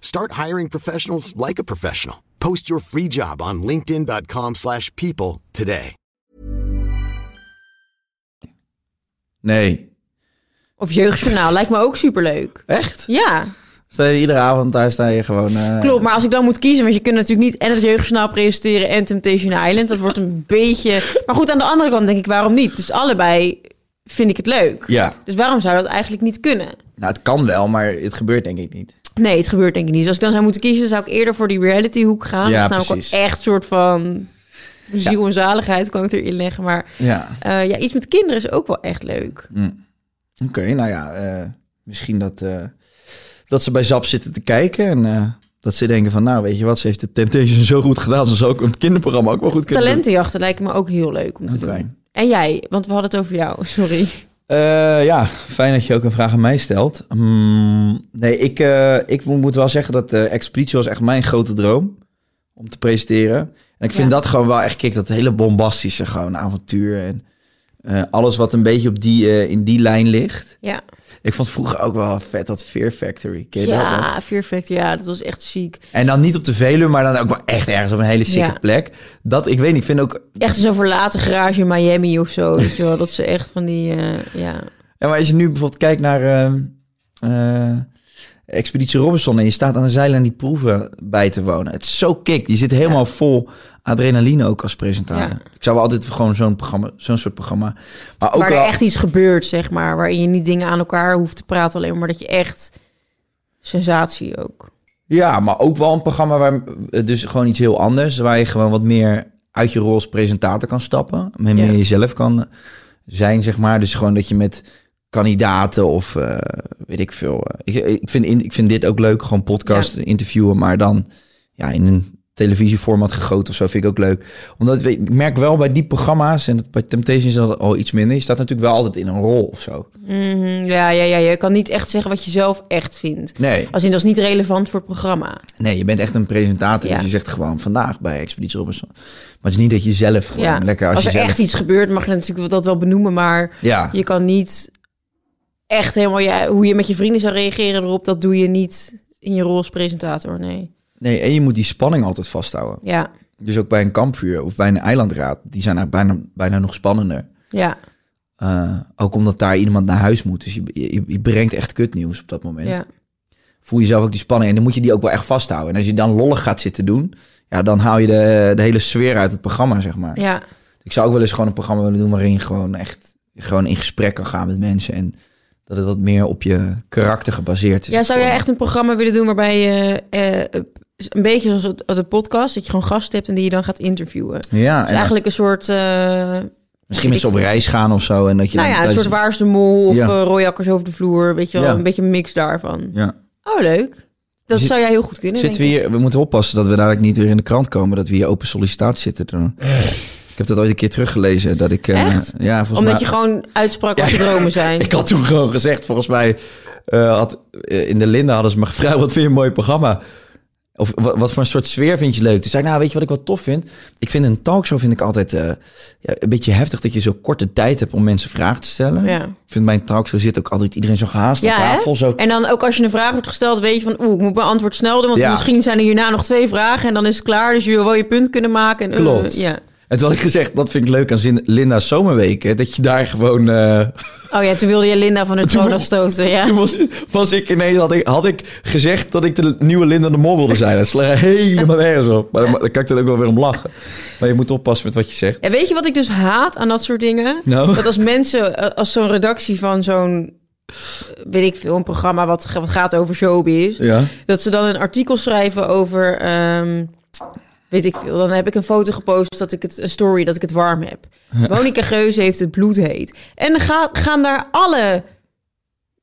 Speaker 3: Start hiring professionals like a professional. Post your free job on linkedin.com/people slash people today.
Speaker 1: Nee.
Speaker 2: Of jeugdjournaal lijkt me ook superleuk.
Speaker 1: Echt?
Speaker 2: Ja.
Speaker 1: Sta je iedere avond daar sta je gewoon... eh,
Speaker 2: Klopt, maar als ik dan moet kiezen, want je kunt natuurlijk niet en het jeugdjournaal presenteren en Temptation Island, dat wordt een beetje. Maar goed, aan de andere kant denk ik, waarom niet? Dus allebei vind ik het leuk.
Speaker 1: Ja.
Speaker 2: Dus waarom zou dat eigenlijk niet kunnen?
Speaker 1: Nou, het kan wel, maar het gebeurt denk ik niet.
Speaker 2: Nee, het gebeurt denk ik niet. Dus als ik dan zou moeten kiezen, dan zou ik eerder voor die reality hoek gaan.
Speaker 1: Ja,
Speaker 2: dat is namelijk wel
Speaker 1: precies.
Speaker 2: echt een soort van ziel en zaligheid kan ik erin leggen. Maar
Speaker 1: Ja.
Speaker 2: eh, ja, iets met kinderen is ook wel echt leuk.
Speaker 1: Oké, nou ja. eh, misschien dat, eh, dat ze bij Zap zitten te kijken en... eh, dat ze denken van, nou weet je wat, ze heeft de Temptation zo goed gedaan, ze zou ook een kinderprogramma ook wel goed kunnen doen.
Speaker 2: Talentenjachten lijken me ook heel leuk om te
Speaker 1: Oké.
Speaker 2: doen. En jij, want we hadden het over jou, sorry.
Speaker 1: Eh, ja, fijn dat je ook een vraag aan mij stelt. Hmm, nee, ik, eh, ik mo- moet wel zeggen dat eh Expeditie was echt mijn grote droom om te presenteren. En ik vind
Speaker 2: Ja.
Speaker 1: dat gewoon wel echt, kijk, dat hele bombastische gewoon avontuur en eh, alles wat een beetje op die, eh, in die lijn ligt.
Speaker 2: Ja.
Speaker 1: Ik vond vroeger ook wel vet dat Fear Factory. Ken je dat nog?
Speaker 2: Ja, Fear Factor, ja, dat was echt ziek.
Speaker 1: En dan niet op de Veluwe, maar dan ook wel echt ergens op een hele sikke
Speaker 2: Ja.
Speaker 1: plek. Dat, ik weet niet, ik vind ook
Speaker 2: Echt zo'n verlaten garage in Miami of zo. Weet je wel, dat ze echt van die. eh, ja.
Speaker 1: Ja, maar als je nu bijvoorbeeld kijkt naar ehm, eh, Expeditie Robinson en je staat aan de zeilen en die proeven bij te wonen. Het is zo kick. Je zit helemaal vol adrenaline ook als presentator.
Speaker 2: Ja.
Speaker 1: Ik zou wel altijd gewoon zo'n programma, zo'n soort programma. Maar ook
Speaker 2: waar
Speaker 1: wel,
Speaker 2: er echt iets gebeurt, zeg maar. Waarin je niet dingen aan elkaar hoeft te praten, alleen maar dat je echt. Sensatie ook.
Speaker 1: Ja, maar ook wel een programma waar eh, dus gewoon iets heel anders. Waar je gewoon wat meer uit je rol als presentator kan stappen. Meer, meer
Speaker 2: Ja.
Speaker 1: jezelf kan zijn, zeg maar. Dus gewoon dat je met kandidaten of eh, weet ik veel. eh, ik, ik, vind, in- ik vind dit ook leuk, gewoon podcast interviewen. Maar dan ja, in een televisieformat gegoten of zo. Vind ik ook leuk. Omdat weet- ik merk wel bij die programma's en dat- bij Temptation is dat al iets minder. Je staat natuurlijk wel altijd in een rol of zo.
Speaker 2: Mm, Ja, ja, ja, je kan niet echt zeggen wat je zelf echt vindt.
Speaker 1: Nee.
Speaker 2: Als in, dat is niet relevant voor het programma.
Speaker 1: Nee, je bent echt een presentator.
Speaker 2: Ja.
Speaker 1: Dus je zegt gewoon vandaag bij Expeditie Robinson. Maar het is niet dat je zelf gewoon
Speaker 2: Ja.
Speaker 1: lekker als,
Speaker 2: als
Speaker 1: je
Speaker 2: er
Speaker 1: zelf...
Speaker 2: echt iets gebeurt, mag je natuurlijk dat wel benoemen. Maar
Speaker 1: Ja.
Speaker 2: je kan niet echt helemaal... Ja, hoe je met je vrienden zou reageren erop, dat doe je niet in je rol als presentator. Nee.
Speaker 1: Nee, en je moet die spanning altijd vasthouden.
Speaker 2: Ja,
Speaker 1: Dus ook bij een kampvuur of bij een eilandraad. Die zijn eigenlijk bijna, bijna nog spannender.
Speaker 2: ja,
Speaker 1: Eh, ook omdat daar iemand naar huis moet. Dus je, je, je brengt echt kutnieuws op dat moment.
Speaker 2: ja.
Speaker 1: Voel je zelf ook die spanning. En dan moet je die ook wel echt vasthouden. En als je dan lollig gaat zitten doen... Ja, dan haal je de, de hele sfeer uit het programma, zeg maar.
Speaker 2: ja.
Speaker 1: Ik zou ook wel eens gewoon een programma willen doen... waarin je gewoon echt gewoon in gesprek kan gaan met mensen. En dat het wat meer op je karakter gebaseerd is.
Speaker 2: Ja, zou jij
Speaker 1: Gewoon-
Speaker 2: echt een programma willen doen waarbij je eh, een beetje zoals het, als de podcast, dat je gewoon gasten hebt en die je dan gaat interviewen? Dus
Speaker 1: Ja, en dan
Speaker 2: eigenlijk een soort, eh,
Speaker 1: misschien met ze op reis gaan of zo. En dat je
Speaker 2: nou
Speaker 1: dan-
Speaker 2: ja, een
Speaker 1: dat je-
Speaker 2: soort Waars de Mol of
Speaker 1: Ja.
Speaker 2: eh, rooijakkers over de vloer. Weet je wel,
Speaker 1: Ja.
Speaker 2: een beetje een mix daarvan.
Speaker 1: Ja.
Speaker 2: Oh, leuk. Dat
Speaker 1: Zit-
Speaker 2: zou jij heel goed kunnen,
Speaker 1: Zitten we
Speaker 2: denk ik.
Speaker 1: hier, we moeten oppassen dat we dadelijk niet weer in de krant komen dat we hier open sollicitatie zitten te doen. ik heb dat ooit een keer teruggelezen dat ik. eh,
Speaker 2: Echt?
Speaker 1: Ja, volgens
Speaker 2: Omdat
Speaker 1: mij.
Speaker 2: je gewoon uitsprak wat
Speaker 1: Ja.
Speaker 2: je dromen zijn.
Speaker 1: Ik had toen gewoon gezegd, volgens mij eh, had, eh, in de Linda hadden ze me gevraagd, wat vind je een mooi programma? Of wat, wat voor een soort sfeer vind je leuk? Toen zei ik, nou weet je wat ik wel tof vind? Ik vind een talkshow vind ik altijd eh, ja, een beetje heftig dat je zo korte tijd hebt om mensen vragen te stellen.
Speaker 2: Ja.
Speaker 1: Ik vind bij een talkshow zit ook altijd iedereen zo gehaast
Speaker 2: ja,
Speaker 1: aan
Speaker 2: hè?
Speaker 1: tafel. Zo,
Speaker 2: En dan ook als je een vraag wordt gesteld, weet je van... oeh, ik moet mijn antwoord snel doen, want
Speaker 1: Ja.
Speaker 2: misschien zijn er hierna nog twee vragen... en dan is het klaar, dus je wil wel je punt kunnen maken. En, eh,
Speaker 1: Klopt.
Speaker 2: ja.
Speaker 1: En toen had ik gezegd, dat vind ik leuk aan Zin- Linda's zomerweken. Dat je daar gewoon... eh,
Speaker 2: Oh ja, toen wilde je Linda van het troon afstoten, ja.
Speaker 1: Toen was, was ik ineens, had ik, had ik gezegd dat ik de nieuwe Linda de Mol wilde zijn. Dat slaat helemaal nergens op. Maar dan, dan kan ik er ook wel weer om lachen. Maar je moet oppassen met wat je zegt.
Speaker 2: En weet je wat ik dus haat aan dat soort dingen?
Speaker 1: Nou?
Speaker 2: Dat als mensen, eh, als zo'n redactie van zo'n, eh, weet ik veel, een programma wat, ge- wat gaat over showbiz,
Speaker 1: Ja.
Speaker 2: dat ze dan een artikel schrijven over, ehm, weet ik veel, dan heb ik een foto gepost dat ik het, een story dat ik het warm heb. Monica Geuze heeft het bloed heet. En dan ga- gaan daar alle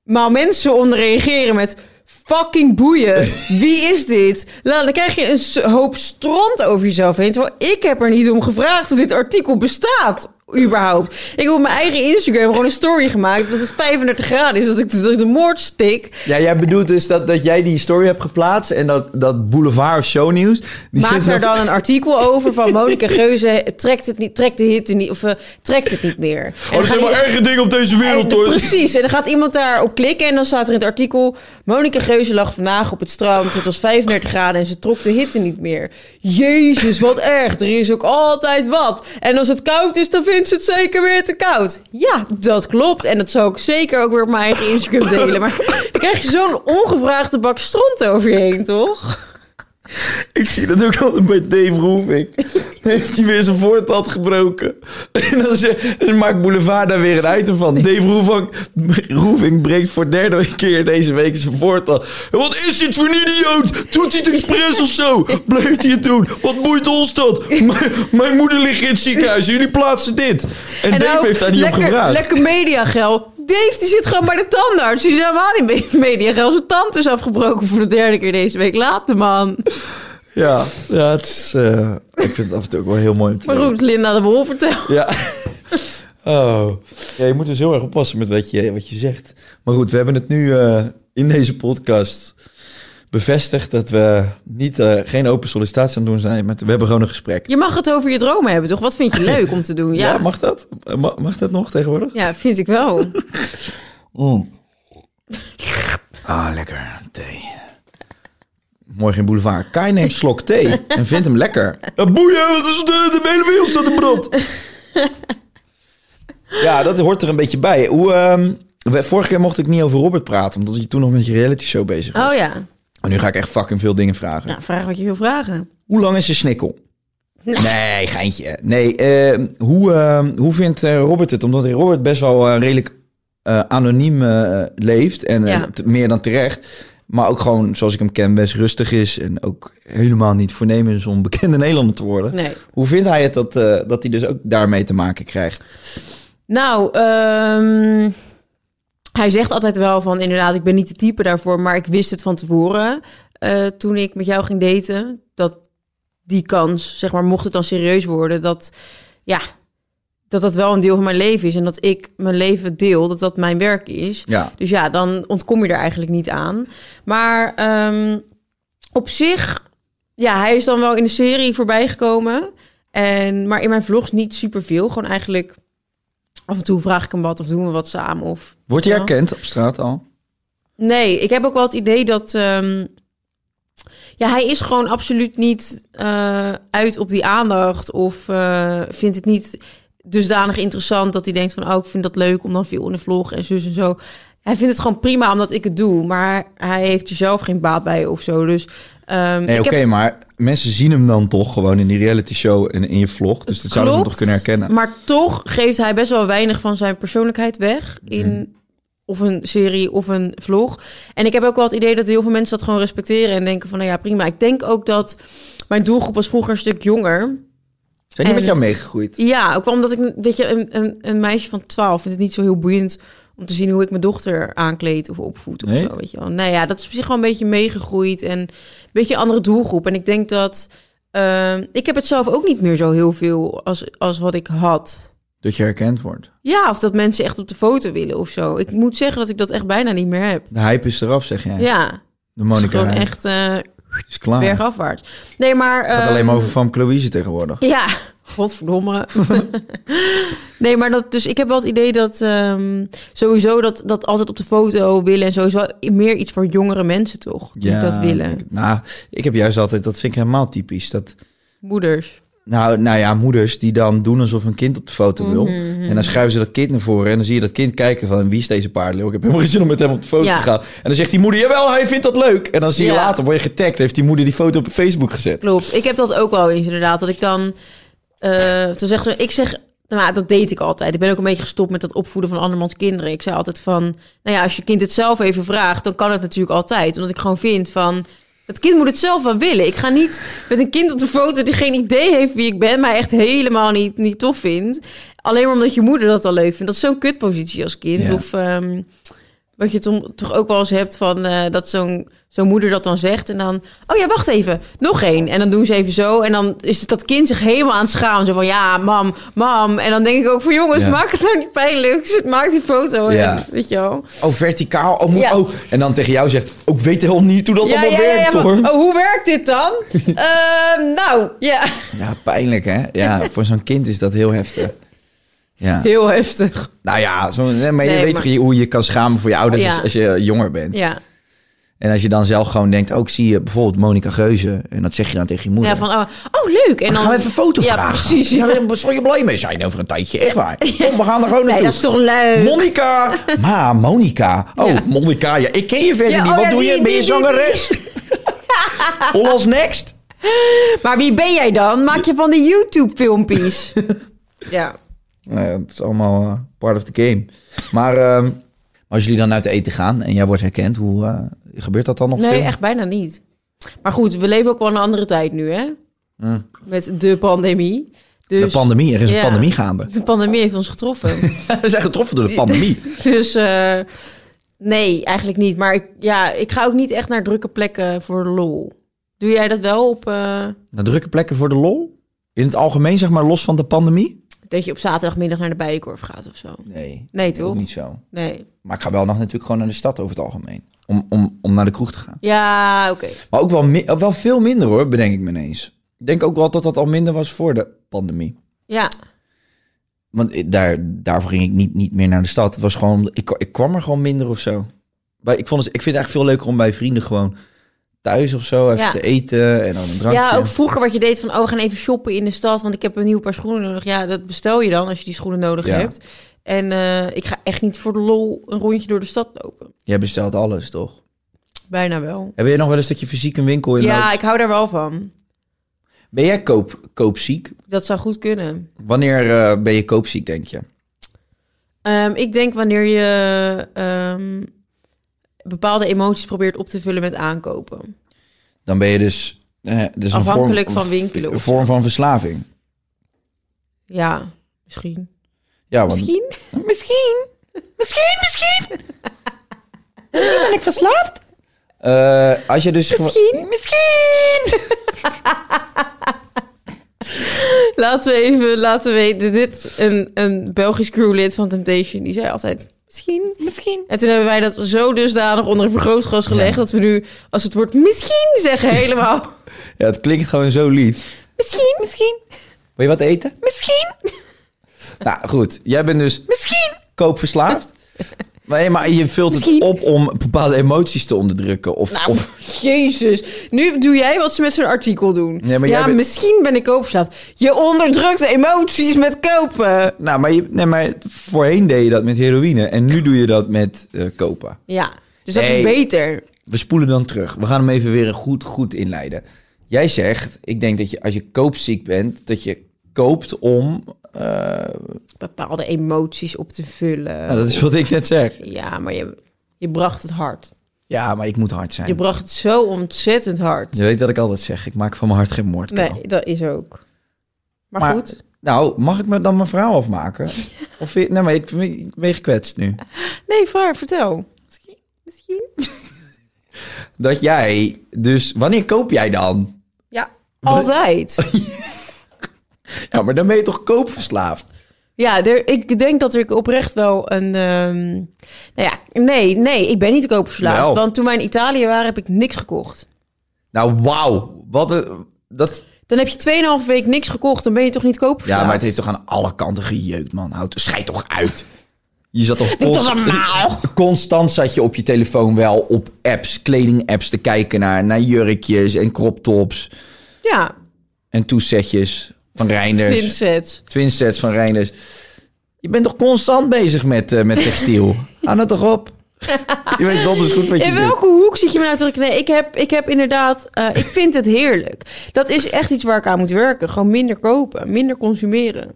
Speaker 2: maar mensen onder reageren met fucking boeien. Wie is dit? Nou, dan krijg je een s- hoop stront over jezelf heen. Terwijl ik heb er niet om gevraagd dat dit artikel bestaat. Überhaupt. Ik heb op mijn eigen Instagram gewoon een story gemaakt dat het 35 graden is. Dat ik, dat ik de moord stik.
Speaker 1: Ja, jij bedoelt dus dat, dat jij die story hebt geplaatst en dat, dat Boulevard of Shownieuws... Die
Speaker 2: Maak
Speaker 1: zitten
Speaker 2: daar
Speaker 1: nog-
Speaker 2: dan een artikel over van Monica Geuze eh, trekt, het niet, trekt de hit niet, of eh, trekt het niet meer. En dan
Speaker 1: Oh, er
Speaker 2: gaan
Speaker 1: zijn maar
Speaker 2: die-
Speaker 1: erge dingen op deze wereld,
Speaker 2: En-
Speaker 1: hoor.
Speaker 2: Precies, en dan gaat iemand daarop klikken en dan staat er in het artikel... Monika Geuze lag vandaag op het strand, het was 35 graden en ze trok de hitte niet meer. Jezus, wat erg, er is ook altijd wat. En als het koud is, dan vindt ze het zeker weer te koud. Ja, dat klopt. En dat zou ik zeker ook weer op mijn eigen Instagram delen. Maar dan krijg je zo'n ongevraagde bak stront over je heen, toch?
Speaker 1: Ik zie dat ook altijd bij Dave Roefing. Heeft hij weer zijn voortand gebroken. En dan, ze, en dan maakt Boulevard daar weer een item van. Dave Roefing, Roefing breekt voor derde keer deze week zijn voortand. En Wat is dit voor een idioot? Doet hij het expres of zo? Blijft hij het doen? Wat moeit ons dat? Mijn- mijn moeder ligt in het ziekenhuis. Jullie plaatsen dit. En, Dave
Speaker 2: nou,
Speaker 1: heeft daar niet
Speaker 2: lekker,
Speaker 1: op gevraagd.
Speaker 2: Lekker mediagel. Dave die zit gewoon bij de tandarts. Die is helemaal niet me- mediagel. Zijn tand is afgebroken voor de derde keer deze week. Laat de man.
Speaker 1: Ja, ja het is, eh, ik vind het af en toe ook wel heel mooi om te
Speaker 2: Maar
Speaker 1: lezen.
Speaker 2: goed, Linda de Wolf vertelt.
Speaker 1: Ja. Oh. Ja, je moet dus heel erg oppassen met wat je, wat je zegt. Maar goed, we hebben het nu eh, in deze podcast bevestigd dat we niet, eh, geen open sollicitatie aan het doen zijn, maar we hebben gewoon een gesprek.
Speaker 2: Je mag het over je dromen hebben, toch? Wat vind je leuk om te doen? Ja,
Speaker 1: Ja, mag dat? Ma- mag dat nog tegenwoordig?
Speaker 2: ja vind ik wel.
Speaker 1: Mm. Ah, lekker. Thee. Morgen in Boulevard. Kai neemt slok thee en vindt hem lekker. Ja, Eh, boeien, wat is eh, de, de hele wereld staat in brand. ja, dat hoort er een beetje bij. Hoe, ehm, we- vorige keer mocht ik niet over Robert praten, omdat je toen nog met je reality show bezig was.
Speaker 2: Oh ja.
Speaker 1: Maar nu ga ik echt fucking veel dingen vragen.
Speaker 2: Nou, vraag wat je wil vragen.
Speaker 1: Hoe lang is je snikkel?
Speaker 2: Nou.
Speaker 1: Nee, geintje. Nee, ehm, hoe, ehm, hoe vindt eh, Robert het? Omdat Robert best wel eh, redelijk eh, anoniem eh, leeft. En eh,
Speaker 2: Ja.
Speaker 1: t- meer dan terecht. Maar ook gewoon, zoals ik hem ken, best rustig is. En ook helemaal niet voornemens om bekende Nederlander te worden.
Speaker 2: Nee.
Speaker 1: Hoe vindt hij het dat, eh, dat hij dus ook daarmee te maken krijgt?
Speaker 2: Nou, ehm, hij zegt altijd wel van inderdaad, ik ben niet de type daarvoor, maar ik wist het van tevoren eh, toen ik met jou ging daten. Dat die kans, zeg maar, mocht het dan serieus worden, dat ja, dat dat wel een deel van mijn leven is en dat ik mijn leven deel, dat dat mijn werk is.
Speaker 1: Ja.
Speaker 2: Dus ja, dan ontkom je er eigenlijk niet aan. Maar ehm, op zich, ja, hij is dan wel in de serie voorbijgekomen. En, maar in mijn vlogs niet superveel. Gewoon eigenlijk af en toe vraag ik hem wat of doen we wat samen. Of,
Speaker 1: Wordt je
Speaker 2: Ja.
Speaker 1: herkend op straat al?
Speaker 2: Nee, ik heb ook wel het idee dat. ehm, ja, hij is gewoon absoluut niet eh, uit op die aandacht. Of eh, vindt het niet dusdanig interessant dat hij denkt van... oh, ik vind dat leuk om dan veel in de vlog en zus en zo. Hij vindt het gewoon prima omdat ik het doe. Maar hij heeft er zelf geen baat bij of zo. Dus ehm,
Speaker 1: Nee,
Speaker 2: ik
Speaker 1: oké,
Speaker 2: heb-
Speaker 1: maar mensen zien hem dan toch gewoon in die reality show en in je vlog. Dus dat zouden ze hem toch
Speaker 2: Klopt,
Speaker 1: kunnen herkennen.
Speaker 2: Maar toch geeft hij best wel weinig van zijn persoonlijkheid weg in
Speaker 1: Mhm.
Speaker 2: of een serie of een vlog. En ik heb ook wel het idee dat heel veel mensen dat gewoon respecteren en denken van nou ja, prima. Ik denk ook dat mijn doelgroep was vroeger een stuk jonger.
Speaker 1: Zijn die met
Speaker 2: en-
Speaker 1: jou meegegroeid?
Speaker 2: Ja, ook wel omdat ik weet je, een, een, een meisje van 12 vindt het niet zo heel boeiend om te zien hoe ik mijn dochter aankleed of opvoed of
Speaker 1: Nee?
Speaker 2: zo. Weet je wel. Nou ja, dat is op zich wel een beetje meegegroeid en een beetje een andere doelgroep. En ik denk dat eh, ik heb het zelf ook niet meer zo heel veel als, als wat ik had.
Speaker 1: Dat je herkend wordt.
Speaker 2: Ja, of dat mensen echt op de foto willen of zo. Ik moet zeggen dat ik dat echt bijna niet meer heb.
Speaker 1: De hype is eraf, zeg jij.
Speaker 2: Ja,
Speaker 1: de
Speaker 2: het is
Speaker 1: Monica
Speaker 2: gewoon
Speaker 1: hype
Speaker 2: echt eh
Speaker 1: is klaar.
Speaker 2: bergafwaarts. Nee, maar...
Speaker 1: Het gaat
Speaker 2: ehm,
Speaker 1: alleen maar over Famke Louise tegenwoordig.
Speaker 2: Ja, godverdomme. nee, maar dat, dus ik heb wel het idee dat ehm, sowieso dat, dat altijd op de foto willen en sowieso meer iets voor jongere mensen toch? Die dat willen.
Speaker 1: ik- nou, ik heb juist altijd, dat vind ik helemaal typisch. Dat,
Speaker 2: Moeders.
Speaker 1: nou, nou ja, moeders die dan doen alsof een kind op de foto wil.
Speaker 2: Mhm,
Speaker 1: En dan schuiven ze dat kind naar voren en dan zie je dat kind kijken van wie is deze paardenleeuw? Ik heb helemaal geen zin om met hem op de foto
Speaker 2: Ja.
Speaker 1: te gaan. En dan zegt die moeder, jawel, hij vindt dat leuk. En dan zie je
Speaker 2: Ja.
Speaker 1: later, word je getagd, heeft die moeder die foto op Facebook gezet.
Speaker 2: Klopt. Ik heb dat ook wel eens inderdaad. Dat ik dan... eh toen zegt ze, ik zeg... Nou, maar dat deed ik altijd. Ik ben ook een beetje gestopt met dat opvoeden van andermans kinderen. Ik zei altijd van... Nou ja, als je kind het zelf even vraagt, dan kan het natuurlijk altijd. Omdat ik gewoon vind van... Dat kind moet het zelf wel willen. Ik ga niet met een kind op de foto die geen idee heeft wie ik ben... mij echt helemaal niet, niet tof vindt. Alleen maar omdat je moeder dat al leuk vindt. Dat is zo'n kutpositie als kind.
Speaker 1: Ja.
Speaker 2: Of... ehm, wat je tom- toch ook wel eens hebt van eh, dat zo'n zo'n moeder dat dan zegt. En dan, oh ja, wacht even, nog één. En dan doen ze even zo. En dan is het dat kind zich helemaal aan het schamen. Zo van, ja, mam, mam. En dan denk ik ook van, jongens,
Speaker 1: Ja.
Speaker 2: maak het nou niet pijnlijk. Maak die foto. En,
Speaker 1: Ja.
Speaker 2: Weet je wel.
Speaker 1: Oh, verticaal. Oh, moet,
Speaker 2: Ja.
Speaker 1: oh. En dan tegen jou zegt, ook ik weet helemaal niet hoe dat allemaal werkt
Speaker 2: maar-
Speaker 1: hoor.
Speaker 2: oh, hoe werkt dit dan? Ehm, nou, ja,
Speaker 1: Ja, pijnlijk hè? Ja, voor zo'n kind is dat heel heftig. Ja.
Speaker 2: heel heftig.
Speaker 1: Nou ja, zo, nee, maar je
Speaker 2: Nee,
Speaker 1: weet
Speaker 2: maar-
Speaker 1: toch hoe je kan schamen voor je ouders
Speaker 2: Ja.
Speaker 1: als, als je jonger bent.
Speaker 2: Ja.
Speaker 1: En als je dan zelf gewoon denkt, ook zie je bijvoorbeeld Monica Geuze. En dat zeg je dan tegen je moeder.
Speaker 2: ja, van, oh, oh, leuk. En
Speaker 1: dan
Speaker 2: dan
Speaker 1: gaan we even een foto
Speaker 2: ja,
Speaker 1: vragen.
Speaker 2: Precies,
Speaker 1: Ja,
Speaker 2: ja.
Speaker 1: daar zal je blij mee zijn over een tijdje. Echt waar. Kom, we gaan er gewoon
Speaker 2: Nee,
Speaker 1: naartoe.
Speaker 2: dat is toch leuk.
Speaker 1: Monica. Ma, Monica. Oh,
Speaker 2: Ja.
Speaker 1: Monica. Ja, ik ken je verder
Speaker 2: Ja,
Speaker 1: niet.
Speaker 2: oh
Speaker 1: Wat
Speaker 2: ja,
Speaker 1: doe
Speaker 2: die-
Speaker 1: je? Ben je
Speaker 2: die- die- die-
Speaker 1: zangeres? Hollands Next?
Speaker 2: Maar wie ben jij dan? Maak je van de YouTube-filmpjes? ja.
Speaker 1: Nou ja, het is allemaal eh, part of the game. Maar ehm, als jullie dan uit eten gaan en jij wordt herkend, hoe eh, gebeurt dat dan nog
Speaker 2: Nee,
Speaker 1: veel?
Speaker 2: echt bijna niet. Maar goed, we leven ook wel in een andere tijd nu, hè? Met de pandemie. Dus
Speaker 1: Mm. De pandemie, er is
Speaker 2: Ja.
Speaker 1: een pandemie gaande.
Speaker 2: De pandemie heeft ons getroffen.
Speaker 1: We zijn getroffen door de pandemie.
Speaker 2: dus eh, nee, eigenlijk niet. Maar ik, ja, ik ga ook niet echt naar drukke plekken voor lol. Doe jij dat wel op... eh,
Speaker 1: Naar drukke plekken voor de lol? In het algemeen, zeg maar, los van de pandemie?
Speaker 2: dat je op zaterdagmiddag naar de Bijenkorf gaat of zo?
Speaker 1: Nee,
Speaker 2: Nee, toch?
Speaker 1: ook niet zo.
Speaker 2: Nee.
Speaker 1: Maar ik ga wel nog natuurlijk gewoon naar de stad over het algemeen. Om, om, om naar de kroeg te gaan.
Speaker 2: Ja, oké.
Speaker 1: Maar ook wel, mi- wel veel minder hoor, bedenk ik me ineens. Ik denk ook wel dat dat al minder was voor de pandemie.
Speaker 2: Ja.
Speaker 1: Want ik- daar, daarvoor ging ik niet, niet meer naar de stad. Het was gewoon, ik, ik kwam er gewoon minder of zo. Maar ik, vond het, ik vind het eigenlijk veel leuker om bij vrienden gewoon thuis of zo even
Speaker 2: Ja.
Speaker 1: te eten en dan een drankje.
Speaker 2: Ja, ook vroeger wat je deed van, oh, we gaan even shoppen in de stad, want ik heb een nieuw paar schoenen nodig. Ja, dat bestel je dan als je die schoenen nodig
Speaker 1: Ja.
Speaker 2: hebt. En eh, ik ga echt niet voor de lol een rondje door de stad lopen.
Speaker 1: Jij bestelt alles, toch?
Speaker 2: Bijna wel.
Speaker 1: Heb jij nog wel eens dat je fysiek een winkel in
Speaker 2: Ja,
Speaker 1: loopt?
Speaker 2: ik hou daar wel van.
Speaker 1: Ben jij koop, koopziek?
Speaker 2: Dat zou goed kunnen.
Speaker 1: Wanneer eh, ben je koopziek, denk je?
Speaker 2: Ehm, ik denk wanneer je ehm, bepaalde emoties probeert op te vullen met aankopen.
Speaker 1: Dan ben je dus... eh, dus
Speaker 2: Afhankelijk
Speaker 1: een vorm,
Speaker 2: van winkelen
Speaker 1: Een
Speaker 2: of
Speaker 1: vorm van verslaving.
Speaker 2: Ja, misschien.
Speaker 1: Ja, want
Speaker 2: Misschien?
Speaker 1: Misschien. Misschien, misschien. misschien ben ik verslaafd. Eh, als je dus... gewoon-
Speaker 2: Misschien? Misschien! Laten we even laten weten. Dit, een, een Belgisch crewlid van Temptation, die zei altijd... Misschien. Misschien. En toen hebben wij dat zo dusdanig onder een vergrootglas gelegd... dat we nu, als het woord misschien zeggen, helemaal...
Speaker 1: Ja, het klinkt gewoon zo lief.
Speaker 2: misschien, misschien,
Speaker 1: Wil je wat eten?
Speaker 2: misschien,
Speaker 1: Nou, goed. Jij bent dus
Speaker 2: misschien.
Speaker 1: koopverslaafd. Nee, maar je vult het
Speaker 2: Misschien.
Speaker 1: op om bepaalde emoties te onderdrukken. Of,
Speaker 2: Nou,
Speaker 1: of
Speaker 2: jezus. Nu doe jij wat ze met zo'n artikel doen.
Speaker 1: Ja, maar jij bent-
Speaker 2: misschien ben ik koopverslaafd. Je onderdrukt emoties met kopen.
Speaker 1: Nou, maar, je, nee, maar voorheen deed je dat met heroïne en nu doe je dat met eh, kopen.
Speaker 2: Ja, dus dat
Speaker 1: Nee.
Speaker 2: is beter.
Speaker 1: We spoelen dan terug. We gaan hem even weer goed, goed inleiden. Jij zegt, ik denk dat je als je koopziek bent, dat je koopt om... eh,
Speaker 2: Bepaalde emoties op te vullen.
Speaker 1: nou, dat is wat ik net zeg.
Speaker 2: Ja, maar je, je bracht het hard.
Speaker 1: Ja, maar ik moet hard
Speaker 2: Je
Speaker 1: zijn.
Speaker 2: bracht het zo ontzettend hard.
Speaker 1: Je weet dat ik altijd zeg, ik maak van mijn hart geen moord.
Speaker 2: Nee, dat is ook. Maar,
Speaker 1: Maar-
Speaker 2: goed.
Speaker 1: Nou, mag ik me dan mijn verhaal afmaken? Of, vind je- nee, maar ik, ik ben gekwetst nu.
Speaker 2: Nee, Vaar, vertel. Misschien. Misschien.
Speaker 1: Dat jij, dus wanneer koop jij dan?
Speaker 2: Ja, altijd.
Speaker 1: Ja, maar dan ben je toch koopverslaafd?
Speaker 2: Ja, er, ik denk dat ik oprecht wel een... ehm, Nou ja, nee, nee, ik ben niet koopverslaafd.
Speaker 1: Wel.
Speaker 2: Want toen wij in Italië waren, heb ik niks gekocht.
Speaker 1: Nou, wauw. Wat een... Dat,
Speaker 2: Dan heb je 2,5 week niks gekocht, dan ben je toch niet
Speaker 1: Ja,
Speaker 2: koopverslaafd?
Speaker 1: maar het heeft toch aan alle kanten gejeukt, man. Houd, schijt toch uit. Je zat toch
Speaker 2: Doe toch
Speaker 1: const-
Speaker 2: normaal?
Speaker 1: constant zat je op je telefoon wel op apps, kledingapps te kijken naar, naar jurkjes en crop tops
Speaker 2: Ja,
Speaker 1: en toesetjes van Reinders.
Speaker 2: slinsets.
Speaker 1: Twinsets van Reinders. Je bent toch constant bezig met, eh, met textiel? Hou dat toch op? Je weet donders goed wat je
Speaker 2: In
Speaker 1: doet.
Speaker 2: welke hoek zit je me nou te drukken? Nee, ik heb, ik heb inderdaad... eh, ik vind het heerlijk. Dat is echt iets waar ik aan moet werken. Gewoon minder kopen, minder consumeren.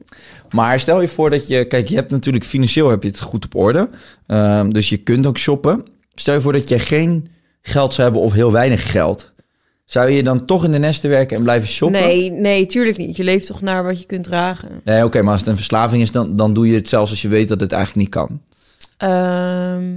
Speaker 1: Maar stel je voor dat je, kijk, je hebt natuurlijk financieel heb je het goed op orde. Ehm, dus je kunt ook shoppen. Stel je voor dat je geen geld zou hebben of heel weinig geld. Zou je dan toch in de nesten werken en blijven shoppen?
Speaker 2: Nee, nee, tuurlijk niet. Je leeft toch naar wat je kunt dragen.
Speaker 1: Nee, oké, maar als het een verslaving is, dan, dan doe je het zelfs als je weet dat het eigenlijk niet kan.
Speaker 2: Ehm,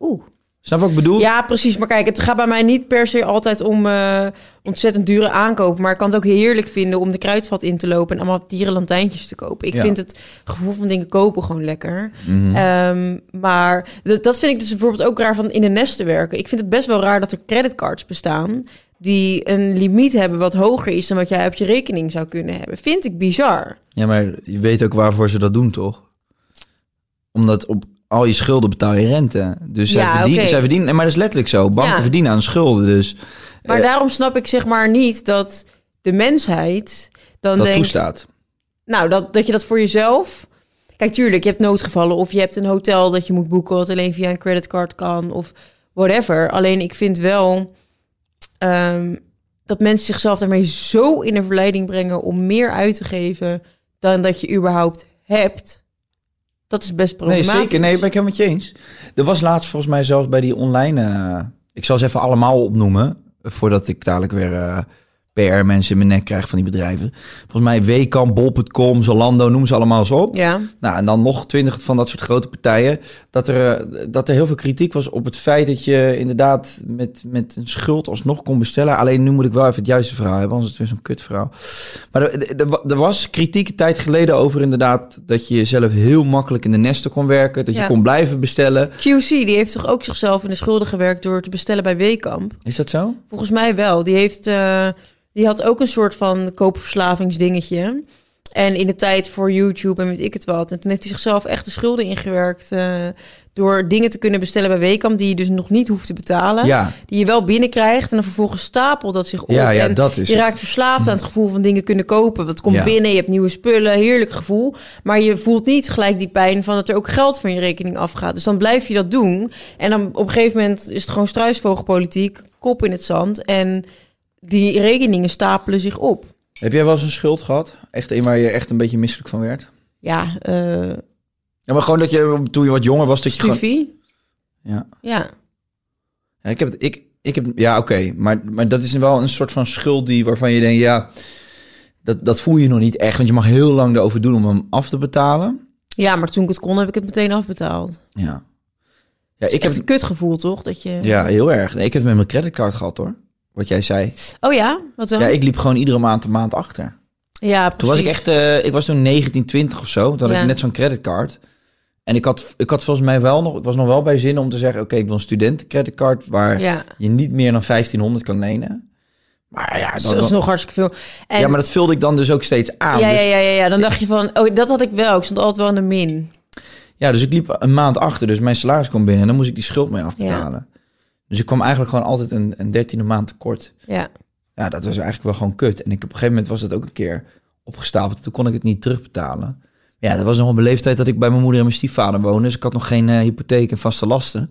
Speaker 2: Oeh.
Speaker 1: Snap wat ik bedoel?
Speaker 2: Ja, precies. Maar kijk, het gaat bij mij niet per se altijd om eh, ontzettend dure aankopen. Maar ik kan het ook heerlijk vinden om de kruidvat in te lopen en allemaal dierenlantijntjes te kopen. Ik
Speaker 1: Ja. Mhm.
Speaker 2: vind het gevoel van dingen kopen gewoon lekker. Ehm, maar dat, dat vind ik dus bijvoorbeeld ook raar van in een nest te werken. Ik vind het best wel raar dat er creditcards bestaan die een limiet hebben wat hoger is dan wat jij op je rekening zou kunnen hebben. Vind ik bizar.
Speaker 1: Ja, maar je weet ook waarvoor ze dat doen, toch? Omdat op al je schulden betaal je rente. Dus zij
Speaker 2: Ja,
Speaker 1: verdienen,
Speaker 2: oké.
Speaker 1: zij verdienen, nee, maar dat is letterlijk zo. Banken
Speaker 2: Ja.
Speaker 1: verdienen aan schulden, dus
Speaker 2: Maar
Speaker 1: Eh.
Speaker 2: daarom snap ik zeg maar niet dat de mensheid dan
Speaker 1: dat
Speaker 2: denkt...
Speaker 1: toestaat.
Speaker 2: Nou, dat, dat je dat voor jezelf... Kijk, tuurlijk, je hebt noodgevallen of je hebt een hotel dat je moet boeken... wat alleen via een creditcard kan of whatever. Alleen ik vind wel ehm, dat mensen zichzelf daarmee zo in de verleiding brengen... om meer uit te geven dan dat je überhaupt hebt. Dat is
Speaker 1: Nee,
Speaker 2: best problematisch.
Speaker 1: zeker. Nee, ben ik helemaal met je eens. Er was laatst volgens mij zelfs bij die online... eh, ik zal ze even allemaal opnoemen, voordat ik dadelijk weer eh, PR-mensen in mijn nek krijg van die bedrijven. Volgens mij Wekamp, Bol.com, Zalando, noem ze allemaal eens op.
Speaker 2: Ja,
Speaker 1: Nou, en dan nog twintig van dat soort grote partijen. Dat er, eh, dat er heel veel kritiek was op het feit dat je inderdaad met, met een schuld alsnog kon bestellen. Alleen nu moet ik wel even het juiste verhaal hebben, anders is het weer zo'n kut verhaal. Maar er, er- er wa- er was kritiek een tijd geleden over inderdaad dat je jezelf heel makkelijk in de nesten kon werken. Dat je
Speaker 2: Ja.
Speaker 1: kon blijven bestellen.
Speaker 2: QC die heeft toch ook zichzelf in de schulden gewerkt... door te bestellen bij Wekamp?
Speaker 1: Is dat zo?
Speaker 2: Volgens mij wel. Die, heeft, eh, die had ook een soort van koopverslavingsdingetje. En in de tijd voor YouTube en weet ik het wat. En toen heeft hij zichzelf echt de schulden ingewerkt. eh, door dingen te kunnen bestellen bij Wekamp die je dus nog niet hoeft te betalen.
Speaker 1: Ja.
Speaker 2: Die je wel binnenkrijgt. En dan vervolgens stapelt dat zich op.
Speaker 1: Ja, ja,
Speaker 2: en
Speaker 1: dat is
Speaker 2: je
Speaker 1: het.
Speaker 2: raakt verslaafd aan het gevoel van dingen kunnen kopen. Wat komt
Speaker 1: Ja.
Speaker 2: binnen, je hebt nieuwe spullen, heerlijk gevoel. Maar je voelt niet gelijk die pijn van dat er ook geld van je rekening afgaat. Dus dan blijf je dat doen. En dan op een gegeven moment is het gewoon struisvogelpolitiek, kop in het zand. En die rekeningen stapelen zich op.
Speaker 1: Heb jij wel eens een schuld gehad? Echt een waar je echt een beetje misselijk van werd?
Speaker 2: Ja, eh
Speaker 1: Ja, maar gewoon dat je toen je wat jonger was, dat je gewoon...
Speaker 2: stufie.
Speaker 1: Ja.
Speaker 2: Ja.
Speaker 1: Ja, ik heb het, ik, ik heb, ja, oké, maar, maar dat is wel een soort van schuld die waarvan je denkt, ja, dat, dat voel je nog niet echt, want je mag heel lang erover doen om hem af te betalen.
Speaker 2: ja, maar toen ik het kon heb ik het meteen afbetaald.
Speaker 1: Ja. Ja, ik
Speaker 2: Ik
Speaker 1: heb,
Speaker 2: heb een kutgevoel toch? Dat je...
Speaker 1: ja, heel erg. Nee, ik heb het met mijn creditcard gehad hoor, wat jij zei.
Speaker 2: Oh ja, wat dan?
Speaker 1: Ja, ik liep gewoon iedere maand een maand achter.
Speaker 2: Ja, precies.
Speaker 1: Toen was ik echt, eh, ik was toen 19, 20 of zo. Toen had
Speaker 2: Ja.
Speaker 1: ik net zo'n creditcard. En ik had, ik had volgens mij wel nog, ik was nog wel bij zin om te zeggen, oké, ik wil een studentencreditcard waar
Speaker 2: Ja.
Speaker 1: je niet meer dan 1500 kan lenen. Maar ja,
Speaker 2: Dat is nog hartstikke veel. En,
Speaker 1: ja, maar dat vulde ik dan dus ook steeds aan.
Speaker 2: ja,
Speaker 1: Dus-
Speaker 2: ja, ja, ja, ja. Dan dacht je van, oh, dat had ik wel. Ik stond altijd wel in de min.
Speaker 1: Ja, dus ik liep een maand achter. Dus mijn salaris kwam binnen en dan moest ik die schuld mee afbetalen. Dus ik kwam eigenlijk gewoon altijd een, een dertiende maand tekort.
Speaker 2: Ja.
Speaker 1: Ja, dat was eigenlijk wel gewoon kut. En ik, op een gegeven moment was dat ook een keer opgestapeld. Toen kon ik het niet terugbetalen. Ja, dat was nog op mijn leeftijd dat ik bij mijn moeder en mijn stiefvader woonde. Dus ik had nog geen eh, hypotheek en vaste lasten.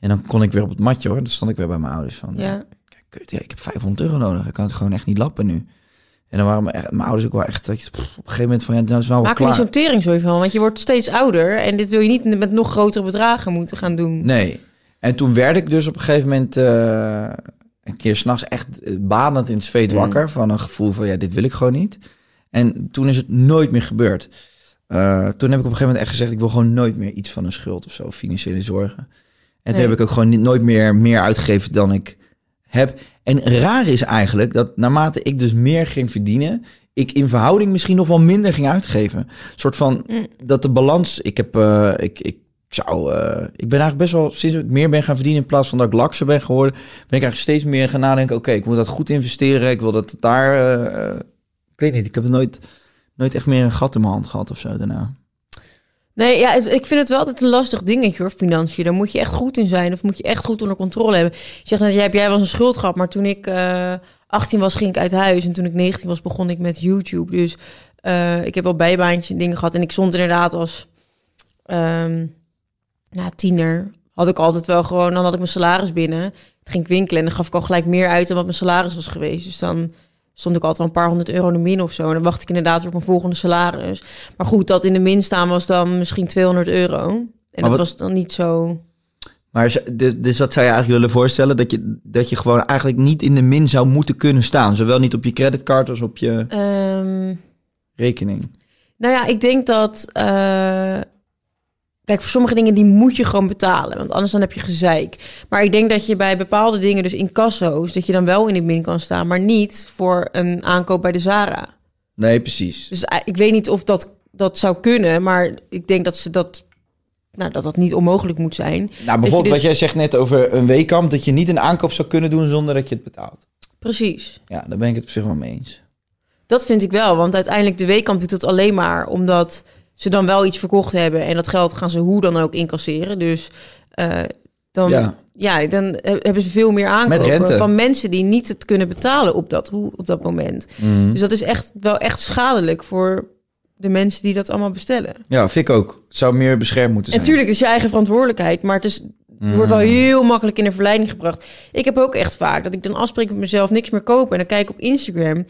Speaker 1: En dan kon ik weer op het matje hoor. Dan stond ik weer bij mijn ouders van...
Speaker 2: Ja.
Speaker 1: eh, kijk, kut, ja, ik heb 500 euro nodig. Ik kan het gewoon echt niet lappen nu. En dan waren mijn, mijn ouders ook wel echt... dat je, pff, op een gegeven moment van... Ja, nou is wel wel
Speaker 2: Maak er niet
Speaker 1: klaar.
Speaker 2: zo'n tering zo van, want je wordt steeds ouder. En dit wil je niet met nog grotere bedragen moeten gaan doen.
Speaker 1: Nee. En toen werd ik dus op een gegeven moment eh, een keer s'nachts echt eh, banend in het
Speaker 2: Mm.
Speaker 1: zweet wakker. Van een gevoel van, ja, dit wil ik gewoon niet. En toen is het nooit meer gebeurd. Eh, toen heb ik op een gegeven moment echt gezegd, ik wil gewoon nooit meer iets van een schuld of zo, financiële zorgen. En
Speaker 2: Nee.
Speaker 1: toen heb ik ook gewoon niet, nooit meer meer uitgegeven dan ik heb. En raar is eigenlijk dat naarmate ik dus meer ging verdienen, ik in verhouding misschien nog wel minder ging uitgeven. Een soort van dat de balans. Ik heb, eh, ik, ik zou, eh, ik ben eigenlijk best wel sinds ik meer ben gaan verdienen in plaats van dat ik lakser ben geworden, ben ik eigenlijk steeds meer gaan nadenken. Oké, ik moet dat goed investeren. Ik wil dat het daar. eh, ik weet niet. Ik heb nooit, nooit echt meer een gat in mijn hand gehad of zo daarna.
Speaker 2: Nee, ja, het- ik vind het wel altijd een lastig dingetje hoor, financiën. Daar moet je echt goed in zijn of moet je echt goed onder controle hebben. Je zegt net, jij, hebt- jij was een schuld gehad, maar toen ik eh 18 was, ging ik uit huis. En toen ik 19 was, begon ik met YouTube. Dus eh, ik heb wel bijbaantjes en dingen gehad. En ik stond inderdaad als ehm nou, tiener, had ik altijd wel gewoon, dan had ik mijn salaris binnen. Dan ging ik winkelen en dan gaf ik al gelijk meer uit dan wat mijn salaris was geweest. Dus dan stond ik altijd wel een paar honderd euro in de min of zo. En dan wacht ik inderdaad weer op mijn volgende salaris. Maar goed, dat in de min staan was dan misschien 200 euro. En dat
Speaker 1: wat-
Speaker 2: was dan niet zo...
Speaker 1: Maar z- dus, dus dat zou je eigenlijk willen voorstellen dat je dat je gewoon eigenlijk niet in de min zou moeten kunnen staan, zowel niet op je creditcard als op je
Speaker 2: ehm,
Speaker 1: rekening.
Speaker 2: Nou ja, ik denk dat. eh, Kijk, voor sommige dingen die moet je gewoon betalen. Want anders dan heb je gezeik. Maar ik denk dat je bij bepaalde dingen, dus in kasso's, dat je dan wel in de min kan staan. Maar niet voor een aankoop bij de Zara.
Speaker 1: Nee, precies.
Speaker 2: Dus eh, ik weet niet of dat, dat zou kunnen. Maar ik denk dat ze dat. Nou, dat dat niet onmogelijk moet zijn. Dat
Speaker 1: Nou,
Speaker 2: je
Speaker 1: bijvoorbeeld wat
Speaker 2: dus-
Speaker 1: jij zegt net over een weekamp, dat je niet een aankoop zou kunnen doen zonder dat je het betaalt.
Speaker 2: Precies.
Speaker 1: Ja, daar ben ik het op zich wel mee eens.
Speaker 2: Dat vind ik wel, want uiteindelijk de weekend doet dat alleen maar omdat ze dan wel iets verkocht hebben en dat geld gaan ze hoe dan ook incasseren. Dus eh, dan, ja.
Speaker 1: Ja.
Speaker 2: dan he- hebben ze veel meer aankopen
Speaker 1: rente.
Speaker 2: van mensen die niet het kunnen betalen op dat, hoe, op dat moment. Dus dat is echt wel echt schadelijk voor de mensen die dat allemaal bestellen.
Speaker 1: Ja, vind ik ook. Het zou meer beschermd moeten zijn. Mm.
Speaker 2: Natuurlijk, het is je eigen verantwoordelijkheid, maar het is, je wordt wel heel makkelijk in de verleiding gebracht. Ik heb ook echt vaak dat ik dan afspreek met mezelf niks meer kopen en dan kijk ik op Instagram.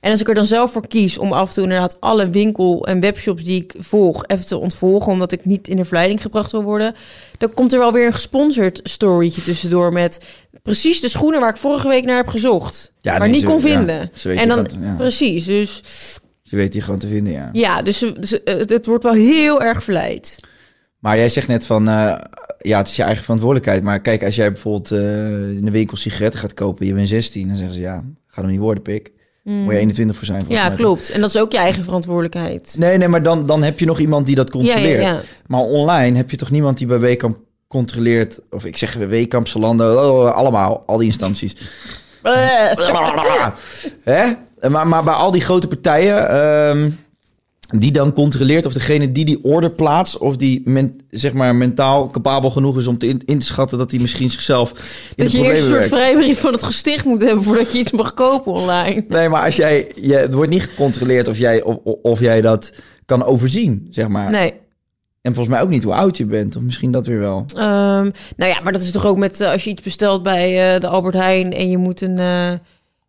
Speaker 2: En als ik er dan zelf voor kies om af en toe inderdaad alle winkel- en webshops die ik volg even te ontvolgen, omdat ik niet in de verleiding gebracht wil worden, dan komt er wel weer een gesponsord storytje tussendoor met precies de schoenen waar ik vorige week naar heb gezocht,
Speaker 1: Ja,
Speaker 2: maar
Speaker 1: nee,
Speaker 2: niet
Speaker 1: ze- ja,
Speaker 2: kon vinden.
Speaker 1: ze weten
Speaker 2: en dan
Speaker 1: dat, ja.
Speaker 2: precies, dus
Speaker 1: Je weet die gewoon te vinden, ja.
Speaker 2: ja, dus, ze- ze- het, het wordt wel heel erg verleid.
Speaker 1: Maar jij zegt net van, eh, ja, het is je eigen verantwoordelijkheid. Maar kijk, als jij bijvoorbeeld eh, in de winkel sigaretten gaat kopen, je bent 16, dan zeggen ze, ja, gaat hem niet worden, pik. Moet je 21 voor zijn. volgens
Speaker 2: Hmm. Ja,
Speaker 1: mij.
Speaker 2: klopt. En dat is ook je eigen verantwoordelijkheid.
Speaker 1: Nee, nee, maar dan, dan heb je nog iemand die dat controleert.
Speaker 2: ja.
Speaker 1: Maar online heb je toch niemand die bij Wekamp controleert, of ik zeg Wekamp, Zalando, oh, allemaal, al die instanties. Hè? Maar, maar bij al die grote partijen, ehm, die dan controleert of degene die die order plaatst, of die men- zeg maar mentaal capabel genoeg is om te in, in te schatten dat hij misschien zichzelf in
Speaker 2: Dat
Speaker 1: de
Speaker 2: je
Speaker 1: problemen
Speaker 2: eerst een soort
Speaker 1: werkt.
Speaker 2: vrijbrief van het gesticht moet hebben voordat je iets mag kopen online.
Speaker 1: Nee, maar als jij, je, het wordt niet gecontroleerd of jij, of, of- of jij dat kan overzien, zeg maar.
Speaker 2: Nee.
Speaker 1: En volgens mij ook niet hoe oud je bent, of misschien dat weer wel.
Speaker 2: Ehm, nou ja, maar dat is toch ook met eh, als je iets bestelt bij eh, de Albert Heijn en je moet een. eh,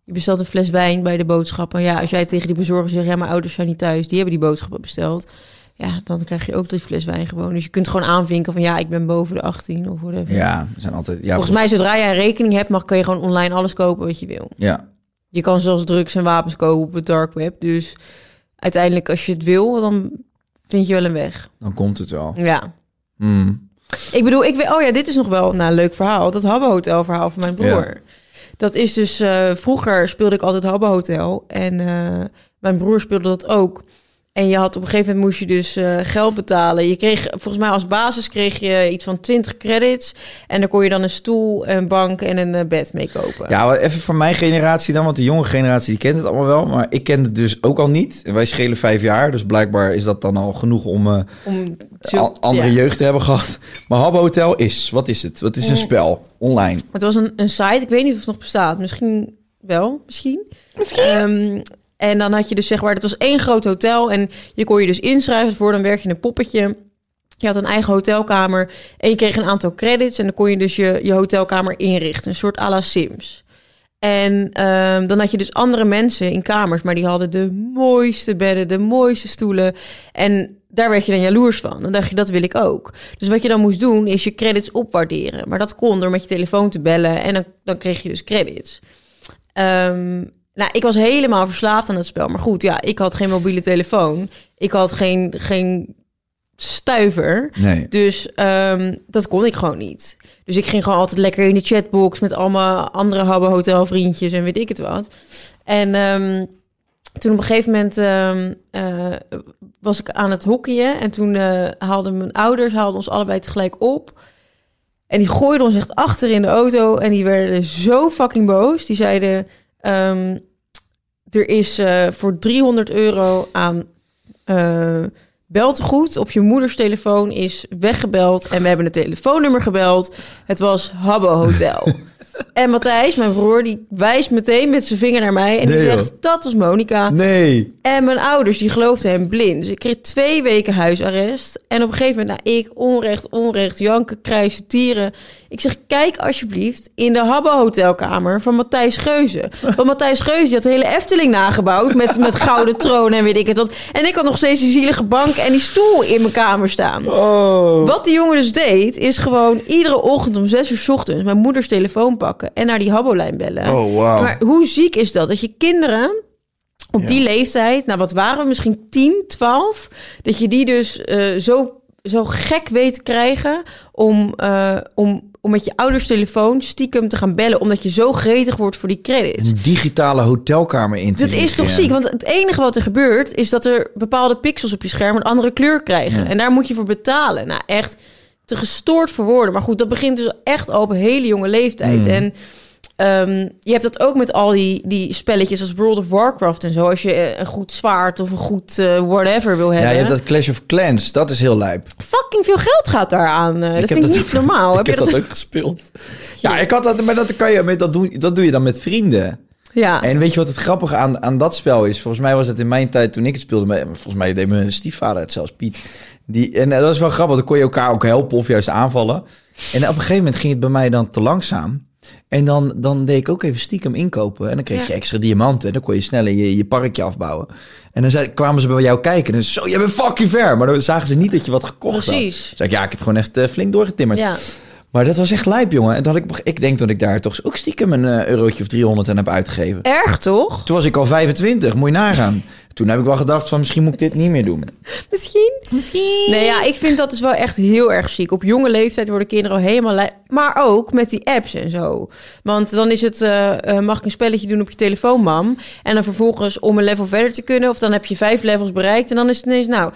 Speaker 2: je bestelt een fles wijn bij de boodschappen. Ja, als jij tegen die bezorger zegt, ja, mijn ouders zijn niet thuis, die hebben die boodschappen besteld. Ja, dan krijg je ook die fles wijn gewoon. Dus je kunt gewoon aanvinken van ja, ik ben boven de 18 of whatever.
Speaker 1: Ja, er zijn altijd. Ja,
Speaker 2: Volgens mij, zodra jij een rekening hebt, mag, kan je gewoon online alles kopen wat je wil.
Speaker 1: Ja.
Speaker 2: Je kan zelfs drugs en wapens kopen op het dark web. Dus uiteindelijk, als je het wil, dan vind je wel een weg.
Speaker 1: Dan komt het wel.
Speaker 2: Ja.
Speaker 1: Mm.
Speaker 2: Ik bedoel, ik weet, oh ja, dit is nog wel nou, een leuk verhaal. Dat Habbo Hotel verhaal van mijn broer. Dat is dus, eh, vroeger speelde ik altijd Habbo Hotel en eh, mijn broer speelde dat ook. En je had op een gegeven moment moest je dus eh, geld betalen. Je kreeg, volgens mij als basis kreeg je iets van 20 credits. En dan kon je dan een stoel, een bank en een eh, bed mee kopen.
Speaker 1: Ja, maar even voor mijn generatie dan, want de jonge generatie die kent het allemaal wel. Maar ik ken het dus ook al niet. En Wij schelen vijf jaar, dus blijkbaar is dat dan al genoeg om eh,
Speaker 2: Om zo-
Speaker 1: a- andere
Speaker 2: ja.
Speaker 1: jeugd te hebben gehad. Maar Habbo Hotel is, wat is het? Wat is een spel? Online.
Speaker 2: Het was een, een site, ik weet niet of het nog bestaat. Misschien wel, misschien. Ehm, en dan had je dus zeg maar, het was één groot hotel en je kon je dus inschrijven voor, dan werd je een poppetje. Je had een eigen hotelkamer en je kreeg een aantal credits en dan kon je dus je, je hotelkamer inrichten, een soort à la Sims. En ehm, dan had je dus andere mensen in kamers, maar die hadden de mooiste bedden, de mooiste stoelen. En daar werd je dan jaloers van. Dan dacht je, dat wil ik ook. Dus wat je dan moest doen, is je credits opwaarderen. Maar dat kon door met je telefoon te bellen en dan, dan kreeg je dus credits. Ehm, nou, ik was helemaal verslaafd aan het spel. Maar goed, ja, ik had geen mobiele telefoon. Ik had geen, geen stuiver.
Speaker 1: Nee.
Speaker 2: Dus ehm, dat kon ik gewoon niet. Dus ik ging gewoon altijd lekker in de chatbox met allemaal andere Habbo Hotel vriendjes en weet ik het wat. En ehm, toen op een gegeven moment ehm, eh, was ik aan het hockeyen. En toen eh, haalden mijn ouders haalden ons allebei tegelijk op. En die gooiden ons echt achter in de auto. En die werden zo fucking boos. Die zeiden, ehm, er is eh, voor 300 euro aan eh beltegoed op je moeders telefoon is weggebeld. En we hebben het telefoonnummer gebeld. Het was Habbo Hotel. en Matthijs, mijn broer, die wijst meteen met zijn vinger naar mij. En
Speaker 1: Nee,
Speaker 2: die
Speaker 1: joh.
Speaker 2: zegt, dat was Monica.
Speaker 1: Nee.
Speaker 2: En mijn ouders, die geloofden hem blind. Dus ik kreeg twee weken huisarrest. En op een gegeven moment, nou, ik onrecht, onrecht, janken, krijsen, tieren. Ik zeg, kijk alsjeblieft in de Habbo Hotelkamer van Matthijs Geuze. Want Matthijs Geuze die had de hele Efteling nagebouwd met, met gouden troon en weet ik het wat. En ik had nog steeds die zielige bank en die stoel in mijn kamer staan.
Speaker 1: Oh.
Speaker 2: Wat die jongen dus deed, is gewoon iedere ochtend om zes uur 's ochtends mijn moeders telefoon pakken en naar die Habbo-lijn bellen.
Speaker 1: Oh, wauw.
Speaker 2: Maar hoe ziek is dat? Dat je kinderen op die leeftijd, nou wat waren we, misschien 10, 12, dat je die dus eh, zo, zo gek weet te krijgen om, eh, om, om met je ouders telefoon stiekem te gaan bellen, omdat je zo gretig wordt voor die credits.
Speaker 1: Een digitale hotelkamer in te
Speaker 2: Dat is toch
Speaker 1: richten.
Speaker 2: ziek? Want het enige wat er gebeurt is dat er bepaalde pixels op je scherm een andere kleur krijgen. En daar moet je voor betalen. Nou, echt te gestoord voor woorden. Maar goed, dat begint dus echt al op een hele jonge leeftijd.
Speaker 1: Hmm.
Speaker 2: En ehm, je hebt dat ook met al die, die spelletjes als World of Warcraft en zo. Als je eh, een goed zwaard of een goed eh, whatever wil hebben.
Speaker 1: Ja, je hebt dat Clash of Clans. Dat is heel lijp.
Speaker 2: Fucking veel geld gaat daar aan. eh. dat
Speaker 1: heb
Speaker 2: vind ik
Speaker 1: dat
Speaker 2: niet
Speaker 1: ook-
Speaker 2: normaal.
Speaker 1: ik
Speaker 2: je
Speaker 1: heb dat ook gespeeld. Ja, ik had dat, maar dat, kan je, met- dat, doe, dat doe je dan met vrienden.
Speaker 2: Ja.
Speaker 1: En weet je wat het grappige aan, aan dat spel is? Volgens mij was het in mijn tijd toen ik het speelde. maar Volgens mij deed mijn stiefvader het zelfs, Piet. Die, en eh, dat is wel grappig. Dan kon je elkaar ook helpen of juist aanvallen. En op een gegeven moment ging het bij mij dan te langzaam. En dan, dan deed ik ook even stiekem inkopen. En dan kreeg
Speaker 2: Ja.
Speaker 1: je extra diamanten. En dan kon je sneller je, je parkje afbouwen. En dan zei, kwamen ze bij jou kijken. En zo, je bent fucking ver. Maar dan zagen ze niet dat je wat gekocht had.
Speaker 2: Precies.
Speaker 1: Dus ik, ja, ik heb gewoon echt eh, flink doorgetimmerd.
Speaker 2: Ja.
Speaker 1: Maar dat was echt lijp, jongen. En dat had ik, ik denk dat ik daar toch ook stiekem een eh, eurotje of 300 aan heb uitgegeven.
Speaker 2: Erg toch?
Speaker 1: Toen was ik al 25, moet je nagaan. Toen heb ik wel gedacht van misschien moet ik dit niet meer doen.
Speaker 2: Misschien. Nee, ja, ik vind dat dus wel echt heel erg ziek. Op jonge leeftijd worden kinderen al helemaal... lij- Maar ook met die apps en zo. Want dan is het, eh, eh, mag ik een spelletje doen op je telefoon, mam? En dan vervolgens om een level verder te kunnen... of dan heb je vijf levels bereikt... en dan is het ineens, nou,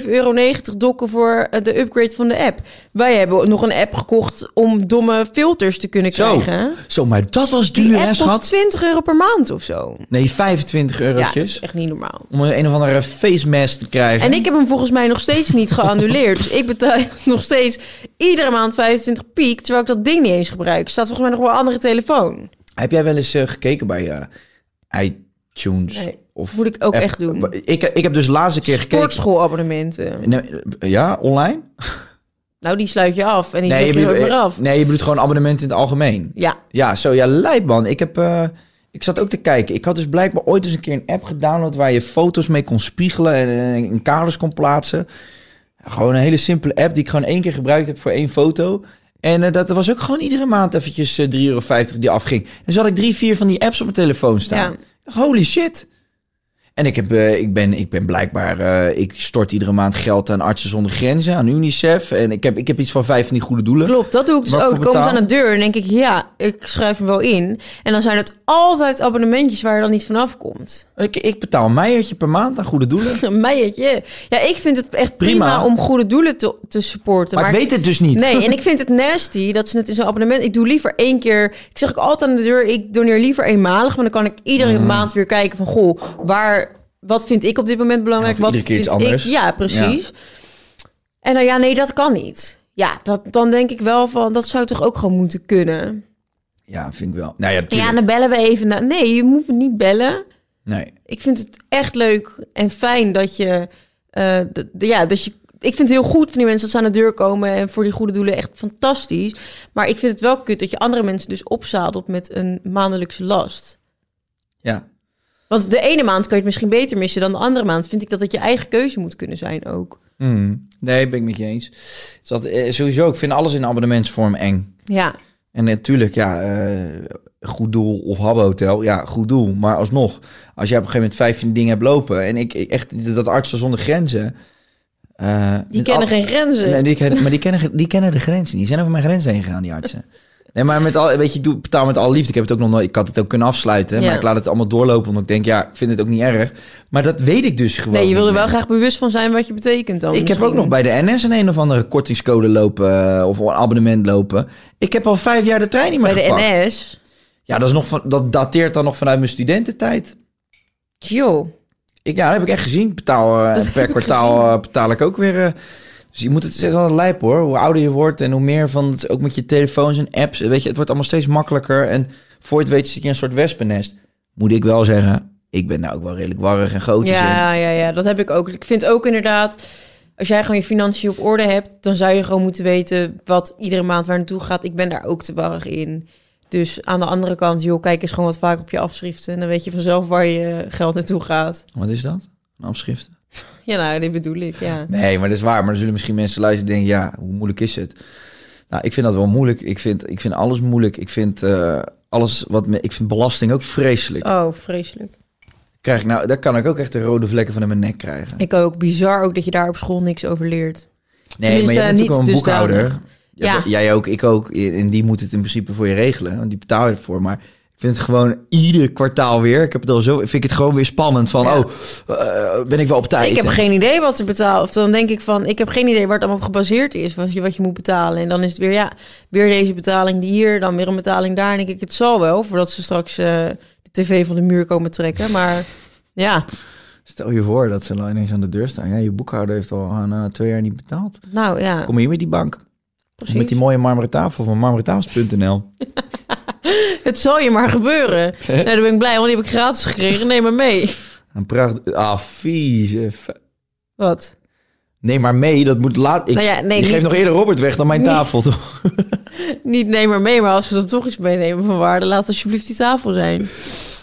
Speaker 2: 7,90 euro dokken voor eh, de upgrade van de app. Wij hebben nog een app gekocht om domme filters te kunnen
Speaker 1: Zo,
Speaker 2: krijgen. hè?
Speaker 1: zo maar dat was
Speaker 2: Die
Speaker 1: duur hè
Speaker 2: app kost
Speaker 1: schat?
Speaker 2: 20 euro per maand of zo.
Speaker 1: Nee, 25
Speaker 2: Ja, dat
Speaker 1: eurotjes.
Speaker 2: is echt niet normaal.
Speaker 1: om een, een of andere face mask te krijgen.
Speaker 2: En ik heb hem volgens mij nog steeds niet geannuleerd. Dus ik betaal nog steeds iedere maand 25 piek, terwijl ik dat ding niet eens gebruik. Staat volgens mij nog wel een andere telefoon.
Speaker 1: Heb jij wel eens eh, gekeken bij eh, iTunes?
Speaker 2: Nee,
Speaker 1: of
Speaker 2: moet ik ook echt doen.
Speaker 1: Ik, ik heb dus de laatste keer gekeken.
Speaker 2: Sportschoolabonnementen.
Speaker 1: Nee, eh, ja, online?
Speaker 2: Nou, die sluit je af en die leg je
Speaker 1: bedoelt-
Speaker 2: nooit meer af.
Speaker 1: nee, je bedoelt gewoon abonnement in het algemeen.
Speaker 2: Ja,
Speaker 1: Ja, zo ja, lijp man. Ik heb. eh, ik zat ook te kijken. Ik had dus blijkbaar ooit eens een keer een app gedownload waar je foto's mee kon spiegelen en eh, in kaders kon plaatsen. Gewoon een hele simpele app die ik gewoon één keer gebruikt heb voor één foto. En eh, dat was ook gewoon iedere maand eventjes eh, 3,50 euro die afging. En zo had ik drie, vier van die apps op mijn telefoon staan. Holy shit. En ik, heb, eh, ik, ben, ik ben blijkbaar, eh, ik stort iedere maand geld aan Artsen zonder Grenzen, aan UNICEF. En ik heb, ik heb iets van vijf van die goede doelen.
Speaker 2: Klopt, dat doe ik dus
Speaker 1: Waarvoor
Speaker 2: ook. Dan komen ze
Speaker 1: betaal?
Speaker 2: aan de deur en denk ik, ja, ik schrijf hem wel in. En dan zijn het altijd abonnementjes waar je dan niet vanaf komt.
Speaker 1: Ik, ik betaal een meijertje per maand aan goede doelen.
Speaker 2: Een meiertje. Ja, ik vind het echt prima,
Speaker 1: Prima.
Speaker 2: om goede doelen te, te supporten.
Speaker 1: Maar, ik weet het dus niet.
Speaker 2: Nee, en ik vind het nasty dat ze het in zo'n abonnement... Ik doe liever één keer... Ik zeg ook altijd aan de deur, ik doneer liever eenmalig. Want dan kan ik iedere
Speaker 1: Mm.
Speaker 2: maand weer kijken van... Goh, waar, wat vind ik op dit moment belangrijk?
Speaker 1: Ja, of
Speaker 2: wat
Speaker 1: iedere keer iets
Speaker 2: vind
Speaker 1: anders.
Speaker 2: Ik, ja, precies. En dan ja, nee, dat kan niet. Ja, dat, dan denk ik wel van... Dat zou toch ook gewoon moeten kunnen?
Speaker 1: Ja, vind ik wel. Nou ja,
Speaker 2: Ja,
Speaker 1: tuurlijk.
Speaker 2: dan bellen we even. na- Nee, je moet me niet bellen.
Speaker 1: Nee.
Speaker 2: Ik vind het echt leuk en fijn dat je... eh, d- d- ja, dat je ik vind het heel goed van die mensen dat ze aan de deur komen en voor die goede doelen echt fantastisch. Maar ik vind het wel kut dat je andere mensen dus opzadelt met een maandelijkse last.
Speaker 1: Ja.
Speaker 2: Want de ene maand kan je het misschien beter missen dan de andere maand. Vind ik dat het je eigen keuze moet kunnen zijn ook.
Speaker 1: Nee, ben ik met je eens. Het is altijd, eh, sowieso, ik vind alles in abonnementsvorm eng.
Speaker 2: Ja,
Speaker 1: En natuurlijk, ja, eh, goed doel of habbohotel, ja, goed doel. Maar alsnog, als jij op een gegeven moment 15 dingen hebt lopen... en ik ik- echt, dat artsen zonder grenzen... eh,
Speaker 2: die
Speaker 1: met
Speaker 2: kennen
Speaker 1: al-
Speaker 2: geen grenzen.
Speaker 1: Nee, die kennen, maar die kennen, ge- die kennen de grenzen. Die zijn over mijn grenzen heen gegaan, die artsen. Nee, maar met al, weet je, ik doe, betaal met alle liefde. Ik heb het ook nog nooit, ik had het ook kunnen afsluiten.
Speaker 2: Ja.
Speaker 1: Maar ik laat het allemaal doorlopen, omdat ik denk, ja, ik vind het ook niet erg. Maar dat weet ik dus gewoon
Speaker 2: nee, je wil
Speaker 1: niet
Speaker 2: er wel
Speaker 1: meer.
Speaker 2: graag bewust van zijn wat je betekent dan.
Speaker 1: Ik heb
Speaker 2: misschien.
Speaker 1: ook nog bij de NS een een of andere kortingscode lopen eh, of een abonnement lopen. Ik heb al vijf jaar de trein niet meer
Speaker 2: bij de
Speaker 1: gepakt.
Speaker 2: NS.
Speaker 1: Ja, dat, is nog van, dat dateert dan nog vanuit mijn studententijd.
Speaker 2: Joh.
Speaker 1: Ik, ja, dat heb ik echt gezien. Ik Betaal, eh, per kwartaal eh, betaal ik ook weer. eh, dus je moet het steeds wel lijp hoor. Hoe ouder je wordt en hoe meer van het, ook met je telefoons en apps. Weet je, het wordt allemaal steeds makkelijker. En voor je het weet zit je in een soort wespennest. Moet ik wel zeggen, ik ben nou ook wel redelijk warrig en gootjes in.
Speaker 2: Ja, ja, ja, dat heb ik ook. Ik vind ook inderdaad, als jij gewoon je financiën op orde hebt, dan zou je gewoon moeten weten wat iedere maand waar naartoe gaat. Ik ben daar ook te warrig in. Dus aan de andere kant, joh, kijk eens gewoon wat vaak op je afschriften. En dan weet je vanzelf waar je geld naartoe gaat.
Speaker 1: Wat is dat? Een afschrift?
Speaker 2: Ja, nou, dit bedoel ik, ja.
Speaker 1: Nee, maar dat is waar. Maar er zullen misschien mensen luisteren die denken, ja, hoe moeilijk is het? Nou, ik vind dat wel moeilijk. Ik vind, ik vind alles moeilijk. Ik vind eh, alles wat... Me, ik vind belasting ook vreselijk.
Speaker 2: Oh, vreselijk.
Speaker 1: Krijg ik nou, daar kan ik ook echt de rode vlekken van in mijn nek krijgen.
Speaker 2: Ik ook. Bizar ook dat je daar op school niks over leert.
Speaker 1: Nee, maar
Speaker 2: tenminste,
Speaker 1: je bent natuurlijk wel een
Speaker 2: dus, eh, niet
Speaker 1: boekhouder.
Speaker 2: dusdanig.
Speaker 1: Ja,
Speaker 2: Ja.
Speaker 1: maar Jij ook, ik ook. En die moet het in principe voor je regelen. Want die betaal je ervoor. Maar ik vind het gewoon ieder kwartaal weer. Ik heb het al zo... Vind ik het gewoon weer spannend van...
Speaker 2: Ja.
Speaker 1: Oh, eh, ben ik wel op tijd?
Speaker 2: Ik heb
Speaker 1: En-
Speaker 2: geen idee wat ze betalen. Of dan denk ik van, ik heb geen idee waar het allemaal op gebaseerd is. Wat je, wat je moet betalen. En dan is het weer, ja, weer deze betaling die hier. Dan weer een betaling daar. En dan denk ik, het zal wel. Voordat ze straks eh, de tv van de muur komen trekken. Maar ja,
Speaker 1: Stel je voor dat ze nou ineens aan de deur staan. Ja, je boekhouder heeft al aan, eh, twee jaar niet betaald.
Speaker 2: nou ja,
Speaker 1: Kom hier met die bank.
Speaker 2: precies.
Speaker 1: Met die mooie marmeren tafel van marmerentafels.nl.
Speaker 2: Het zal je maar gebeuren. nou, dan ben ik blij, want die heb ik gratis gekregen. Neem maar mee.
Speaker 1: Een pracht... Ah, vieze... f-
Speaker 2: Wat?
Speaker 1: Nee, maar mee, dat moet laat... Ik...
Speaker 2: Nou ja, nee,
Speaker 1: je geeft
Speaker 2: niet-
Speaker 1: nog eerder Robert weg dan mijn tafel, toch?
Speaker 2: Niet neem maar mee, maar als we dan toch iets meenemen van waarde, laat alsjeblieft die tafel zijn.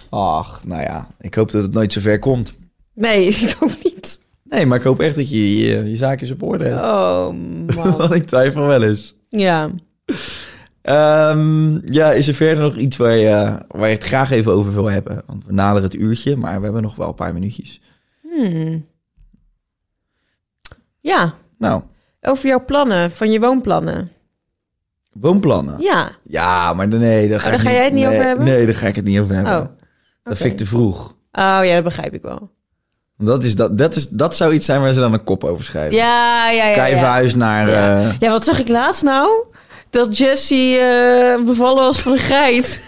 Speaker 1: Ach, nou ja. Ik hoop dat het nooit zover komt.
Speaker 2: Nee, ik ook niet.
Speaker 1: Nee, maar ik hoop echt dat je je, je zaakjes op orde hebt.
Speaker 2: Oh,
Speaker 1: Want
Speaker 2: man.
Speaker 1: ik twijfel wel eens.
Speaker 2: Ja.
Speaker 1: Ehm, ja, is er verder nog iets waar je, waar je het graag even over wil hebben? Want we naderen het uurtje, maar we hebben nog wel een paar minuutjes.
Speaker 2: Ja,
Speaker 1: Nou,
Speaker 2: Over jouw plannen, van je woonplannen.
Speaker 1: woonplannen.
Speaker 2: Ja.
Speaker 1: Ja, maar nee, daar ga,
Speaker 2: Oh, daar
Speaker 1: ik
Speaker 2: ga jij het niet
Speaker 1: nee,
Speaker 2: over hebben?
Speaker 1: Nee, daar ga ik het niet over hebben.
Speaker 2: Oh,
Speaker 1: Dat vind ik te vroeg.
Speaker 2: Oh ja, dat begrijp ik wel.
Speaker 1: Want Dat, is, dat, dat, is, dat zou iets zijn waar ze dan een kop over schrijven.
Speaker 2: Ja, ja, ja. Ja,
Speaker 1: Kijfhuis naar...
Speaker 2: ja.
Speaker 1: eh,
Speaker 2: Ja, wat zag ik laatst nou? Dat Jessie eh, bevallen was van een geit.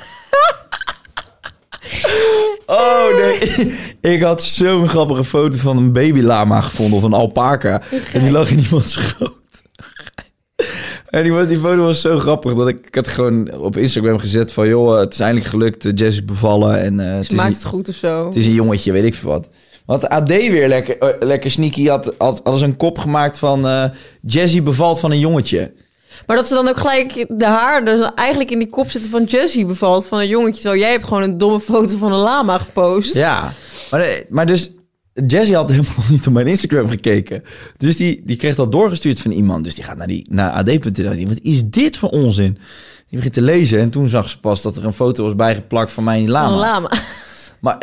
Speaker 1: Oh nee, ik had zo'n grappige foto van een babylama gevonden of een alpaca. En die lag in iemands schoot. En die, die foto was zo grappig dat ik, ik had gewoon op Instagram gezet van... joh, het is eindelijk gelukt, Jess is bevallen en eh, het,
Speaker 2: Ze
Speaker 1: is
Speaker 2: maakt
Speaker 1: een,
Speaker 2: het goed of zo.
Speaker 1: het is een jongetje, weet ik veel wat. Want de AD weer lekker, eh, lekker sneaky had, had, had een kop gemaakt van... eh Jessie bevalt van een jongetje.
Speaker 2: Maar dat ze dan ook gelijk de haar dus eigenlijk in die kop zitten van Jessie bevalt van een jongetje. Terwijl jij hebt gewoon een domme foto van een lama gepost.
Speaker 1: Ja, maar, eh, maar dus... Jesse had helemaal niet op mijn Instagram gekeken. Dus die, die kreeg dat doorgestuurd van iemand. Dus die gaat naar, die- naar ad.nl. Die, Wat is dit voor onzin? Die begint te lezen en toen zag ze pas dat er een foto was bijgeplakt van mijn
Speaker 2: Van een
Speaker 1: lama.
Speaker 2: lama.
Speaker 1: Maar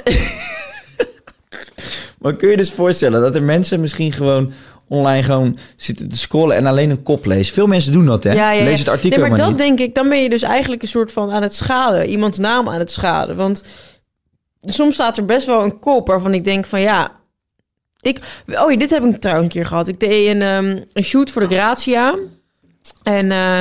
Speaker 1: Maar kun je dus voorstellen dat er mensen misschien gewoon online gewoon zitten te scrollen en alleen een kop lezen? Veel mensen doen dat, hè? Lees het artikel
Speaker 2: nee,
Speaker 1: maar
Speaker 2: maar, dat
Speaker 1: niet.
Speaker 2: denk ik, dan ben je dus eigenlijk een soort van aan het schaden. Iemands naam aan het schaden. Want soms staat er best wel een kop waarvan ik denk van ja... Ik, oh ja, dit heb ik trouwens een keer gehad. Ik deed een, ehm, een shoot voor de Grazia. En eh,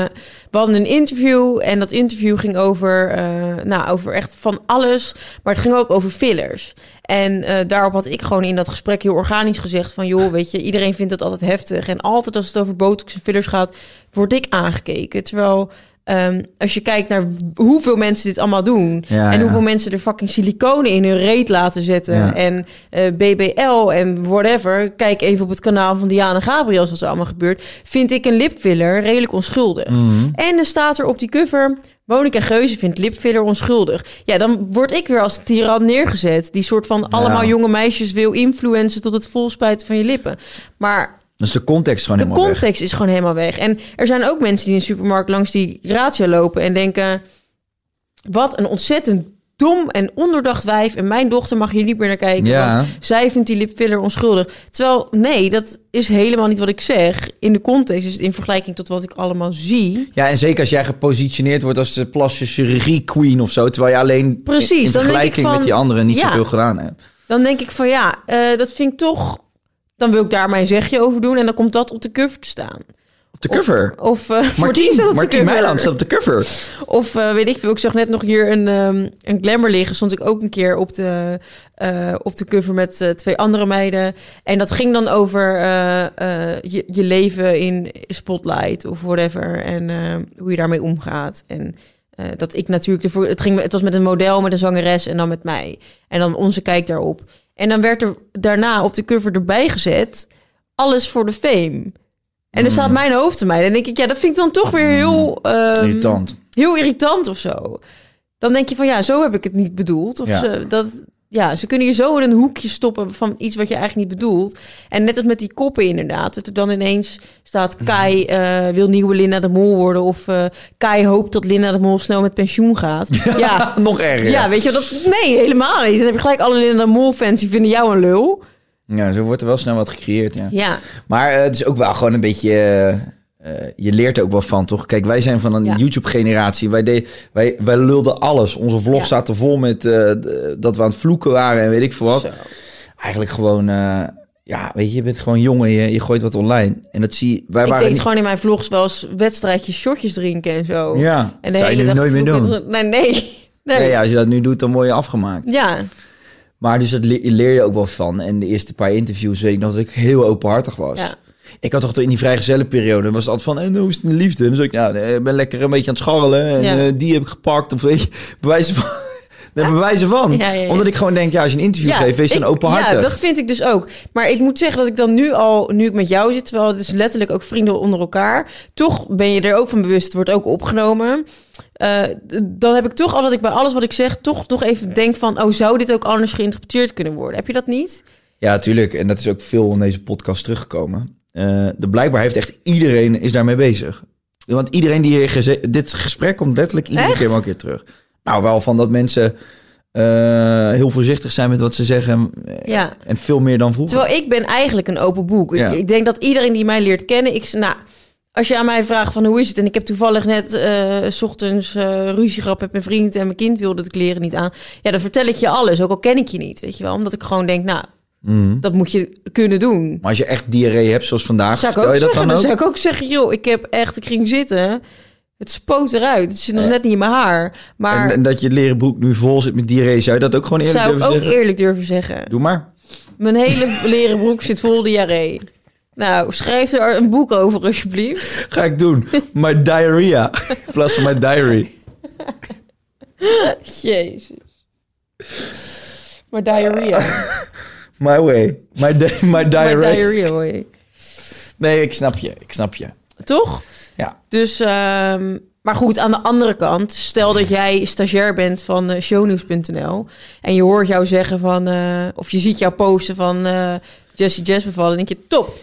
Speaker 2: we hadden een interview. En dat interview ging over, eh, nou, over echt van alles. Maar het ging ook over fillers. En eh, daarop had ik gewoon in dat gesprek heel organisch gezegd van... joh, weet je, iedereen vindt het altijd heftig. En altijd als het over botox en fillers gaat, word ik aangekeken. Terwijl ehm, als je kijkt naar hoeveel mensen dit allemaal doen...
Speaker 1: Ja,
Speaker 2: en
Speaker 1: ja.
Speaker 2: hoeveel mensen er fucking siliconen in hun reet laten zetten...
Speaker 1: Ja.
Speaker 2: en eh, BBL en whatever... kijk even op het kanaal van Diana Gabriels wat er allemaal gebeurt... vind ik een lipfiller redelijk onschuldig.
Speaker 1: Mhm.
Speaker 2: En dan staat er op die cover... Monica Geuze vindt lipfiller onschuldig. Ja, dan word ik weer als tiran neergezet... die soort van allemaal jonge meisjes wil influencen... tot het volspuiten van je lippen. Maar
Speaker 1: Dus de context is gewoon
Speaker 2: de
Speaker 1: helemaal weg.
Speaker 2: context is gewoon helemaal weg. En er zijn ook mensen die in de supermarkt langs die ratio lopen en denken: wat een ontzettend dom en onderdacht wijf. En mijn dochter mag hier niet meer naar kijken.
Speaker 1: Ja.
Speaker 2: Want zij vindt die lipfiller onschuldig. Terwijl, nee, dat is helemaal niet wat ik zeg. In de context is het in vergelijking tot wat ik allemaal zie.
Speaker 1: Ja, en zeker als jij gepositioneerd wordt als de plastische chirurgie queen of zo, terwijl je alleen
Speaker 2: Precies,
Speaker 1: in, in
Speaker 2: dan denk ik
Speaker 1: vergelijking
Speaker 2: van-
Speaker 1: met die anderen niet
Speaker 2: ja.
Speaker 1: zoveel gedaan hebt.
Speaker 2: Dan denk ik van ja, eh, dat vind ik toch. Dan wil ik daar mijn zegje over doen. En dan komt dat op de cover te staan.
Speaker 1: Op de cover.
Speaker 2: Of eh, Martien,
Speaker 1: Martien,
Speaker 2: staat op de
Speaker 1: Martien
Speaker 2: cover.
Speaker 1: Meiland staat op de cover.
Speaker 2: Of eh, weet ik veel, ik zag net nog hier een, ehm, een glamour liggen. Stond ik ook een keer op de, eh, op de cover met eh, twee andere meiden. En dat ging dan over eh, eh, je, je leven in spotlight of whatever. En eh, hoe je daarmee omgaat. En eh, dat ik natuurlijk... ervoor- het, ging, het was met een model, met een zangeres en dan met mij. En dan onze kijk daarop. En dan werd er daarna op de cover erbij gezet... Alles voor de fame. En er staat mijn hoofd te mij. Dan denk ik, ja, dat vind ik dan toch weer heel... ehm,
Speaker 1: Irritant.
Speaker 2: heel irritant of zo. Dan denk je van ja, zo heb ik het niet bedoeld. Of
Speaker 1: Ja.
Speaker 2: ze, dat, ja, ze kunnen je zo in een hoekje stoppen van iets wat je eigenlijk niet bedoelt. En net als met die koppen inderdaad. Dat er dan ineens staat
Speaker 1: Mhm.
Speaker 2: Kai eh, wil nieuwe Linda de Mol worden. Of eh, Kai hoopt dat Linda de Mol snel met pensioen gaat. Ja,
Speaker 1: Nog erger.
Speaker 2: ja weet je wel, dat? Nee, helemaal niet. Dan heb je gelijk alle Linda de Mol fans die vinden jou een lul.
Speaker 1: Ja, zo wordt er wel snel wat gecreëerd. Ja.
Speaker 2: Ja,
Speaker 1: Maar eh, het is ook wel gewoon een beetje. eh, eh, je leert er ook wel van, toch? Kijk, wij zijn van een
Speaker 2: Ja.
Speaker 1: YouTube-generatie. Wij, de- wij, wij lulden alles. Onze vlog
Speaker 2: Ja.
Speaker 1: staat er vol met eh, d- dat we aan het vloeken waren en weet ik veel wat.
Speaker 2: Zo.
Speaker 1: Eigenlijk gewoon, eh, ja, weet je, je bent gewoon jong en je, je gooit wat online. En dat zie wij
Speaker 2: ik
Speaker 1: waren
Speaker 2: deed
Speaker 1: niet-
Speaker 2: gewoon in mijn vlogs wel eens wedstrijdjes, shotjes drinken en zo.
Speaker 1: Ja,
Speaker 2: en de
Speaker 1: zou je
Speaker 2: hele
Speaker 1: nu
Speaker 2: dag
Speaker 1: nooit meer
Speaker 2: vloeken.
Speaker 1: doen.
Speaker 2: Nee, nee. nee.
Speaker 1: Nee, ja, als je dat nu doet, dan word je afgemaakt.
Speaker 2: ja.
Speaker 1: Maar dus dat le- leer je ook wel van. En de eerste paar interviews weet ik nog dat ik heel openhartig was.
Speaker 2: Ja.
Speaker 1: Ik had toch in die vrijgezellenperiode was het altijd van, en hoe is het in de liefde? En dan zei ik, nou, eh, ik ben lekker een beetje aan het scharrelen. En
Speaker 2: Ja.
Speaker 1: eh, die heb ik gepakt. Of weet je, bewijzen van. Nee, bewijzen van.
Speaker 2: Ja, ja, ja.
Speaker 1: Omdat ik gewoon denk, ja, als je een interview geeft, wees dan
Speaker 2: ik-
Speaker 1: openhartig.
Speaker 2: Ja, dat vind ik dus ook. Maar ik moet zeggen dat ik dan nu al, nu ik met jou zit, terwijl het is letterlijk ook vrienden onder elkaar, toch ben je er ook van bewust, het wordt ook opgenomen. Eh, d- dan heb ik toch al dat ik bij alles wat ik zeg, toch nog even denk van, oh, zou dit ook anders geïnterpreteerd kunnen worden? Heb je dat niet?
Speaker 1: Ja, tuurlijk. En dat is ook veel in deze podcast teruggekomen. Eh, de blijkbaar heeft echt iedereen is daarmee bezig. Want iedereen die hier geze- dit gesprek komt letterlijk iedere
Speaker 2: Echt?
Speaker 1: keer maar een keer terug. Nou, wel van dat mensen eh, heel voorzichtig zijn met wat ze zeggen. eh,
Speaker 2: Ja.
Speaker 1: En veel meer dan vroeger.
Speaker 2: Terwijl ik ben eigenlijk een open boek. Ik-
Speaker 1: Ja.
Speaker 2: Ik, denk dat iedereen die mij leert kennen, ik, z- nou, als je aan mij vraagt van hoe is het, en ik heb toevallig net eh, 's ochtends eh ruzie gehad met mijn vriend en mijn kind wilde de kleren niet aan, ja, dan vertel ik je alles, ook al ken ik je niet, weet je wel, omdat ik gewoon denk, nou,
Speaker 1: Mhm.
Speaker 2: dat moet je kunnen doen.
Speaker 1: Maar als je echt diarree hebt, zoals vandaag,
Speaker 2: Zou ik
Speaker 1: vertel
Speaker 2: ook
Speaker 1: je dat dan
Speaker 2: zeggen, dan
Speaker 1: ook?
Speaker 2: zou ik ook zeggen, joh, ik heb echt, ik ging zitten, het spoot eruit, het zit nog net niet in mijn haar, maar
Speaker 1: En, en dat je leren broek nu vol zit met diarree, zou je dat ook gewoon eerlijk
Speaker 2: zou ik
Speaker 1: durven
Speaker 2: ook
Speaker 1: zeggen?
Speaker 2: eerlijk durven zeggen.
Speaker 1: Doe maar.
Speaker 2: Mijn hele leren broek zit vol diarree. Nou, schrijf er een boek over alsjeblieft.
Speaker 1: Ga ik doen. My diarrhea. In plaats van my diary.
Speaker 2: Jezus. Maar diarrhea.
Speaker 1: My way. My, di- my
Speaker 2: Maar
Speaker 1: diarrhea.
Speaker 2: diarrhea hoor je.
Speaker 1: Nee, ik snap je. Ik snap je.
Speaker 2: Toch?
Speaker 1: Ja.
Speaker 2: Dus, ehm, maar goed, aan de andere kant, stel dat jij stagiair bent van eh, shownieuws.nl en je hoort jou zeggen van, eh, of je ziet jou posten van eh Jessie Jess bevallen, dan denk je, top,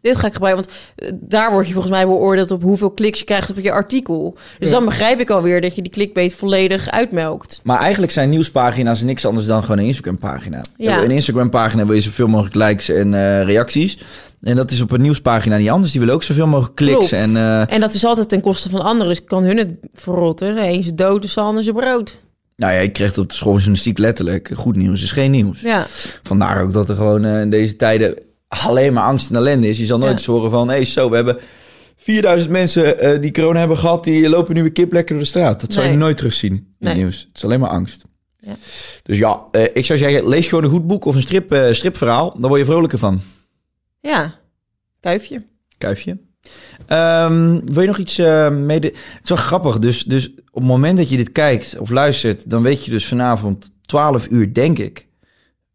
Speaker 2: dit ga ik gebruiken. Want eh, daar word je volgens mij beoordeeld op hoeveel kliks je krijgt op je artikel. Dus dan begrijp ik alweer dat je die clickbait volledig uitmelkt.
Speaker 1: Maar eigenlijk zijn nieuwspagina's niks anders dan gewoon een Instagram-pagina.
Speaker 2: Ja.
Speaker 1: Een Instagram-pagina wil je zoveel mogelijk likes en eh, reacties. En dat is op een nieuwspagina niet anders. Die wil ook zoveel mogelijk kliks.
Speaker 2: Klopt.
Speaker 1: En, eh,
Speaker 2: en dat is altijd ten koste van anderen. Dus kan hun het verrotten. De een zijn dood, de ander zijn brood.
Speaker 1: nou ja, ik kreeg het op de school van journalistiek letterlijk. Goed nieuws is geen nieuws.
Speaker 2: Ja.
Speaker 1: Vandaar ook dat er gewoon eh, in deze tijden alleen maar angst en ellende is. Je zal nooit
Speaker 2: Ja.
Speaker 1: eens horen van, hé hey, zo, we hebben 4000 mensen eh, die corona hebben gehad, die lopen nu weer kip lekker door de straat. Dat zal je
Speaker 2: Nee.
Speaker 1: nooit terugzien in het
Speaker 2: Nee.
Speaker 1: nieuws. Het is alleen maar angst.
Speaker 2: Ja.
Speaker 1: Dus ja, eh, ik zou zeggen, lees gewoon een goed boek of een strip, eh, stripverhaal. Dan word je vrolijker van.
Speaker 2: Ja. Kuifje.
Speaker 1: Kuifje. Ehm, wil je nog iets eh mede... Het is wel grappig, dus, dus op het moment dat je dit kijkt of luistert... dan weet je dus vanavond 12 uur, denk ik...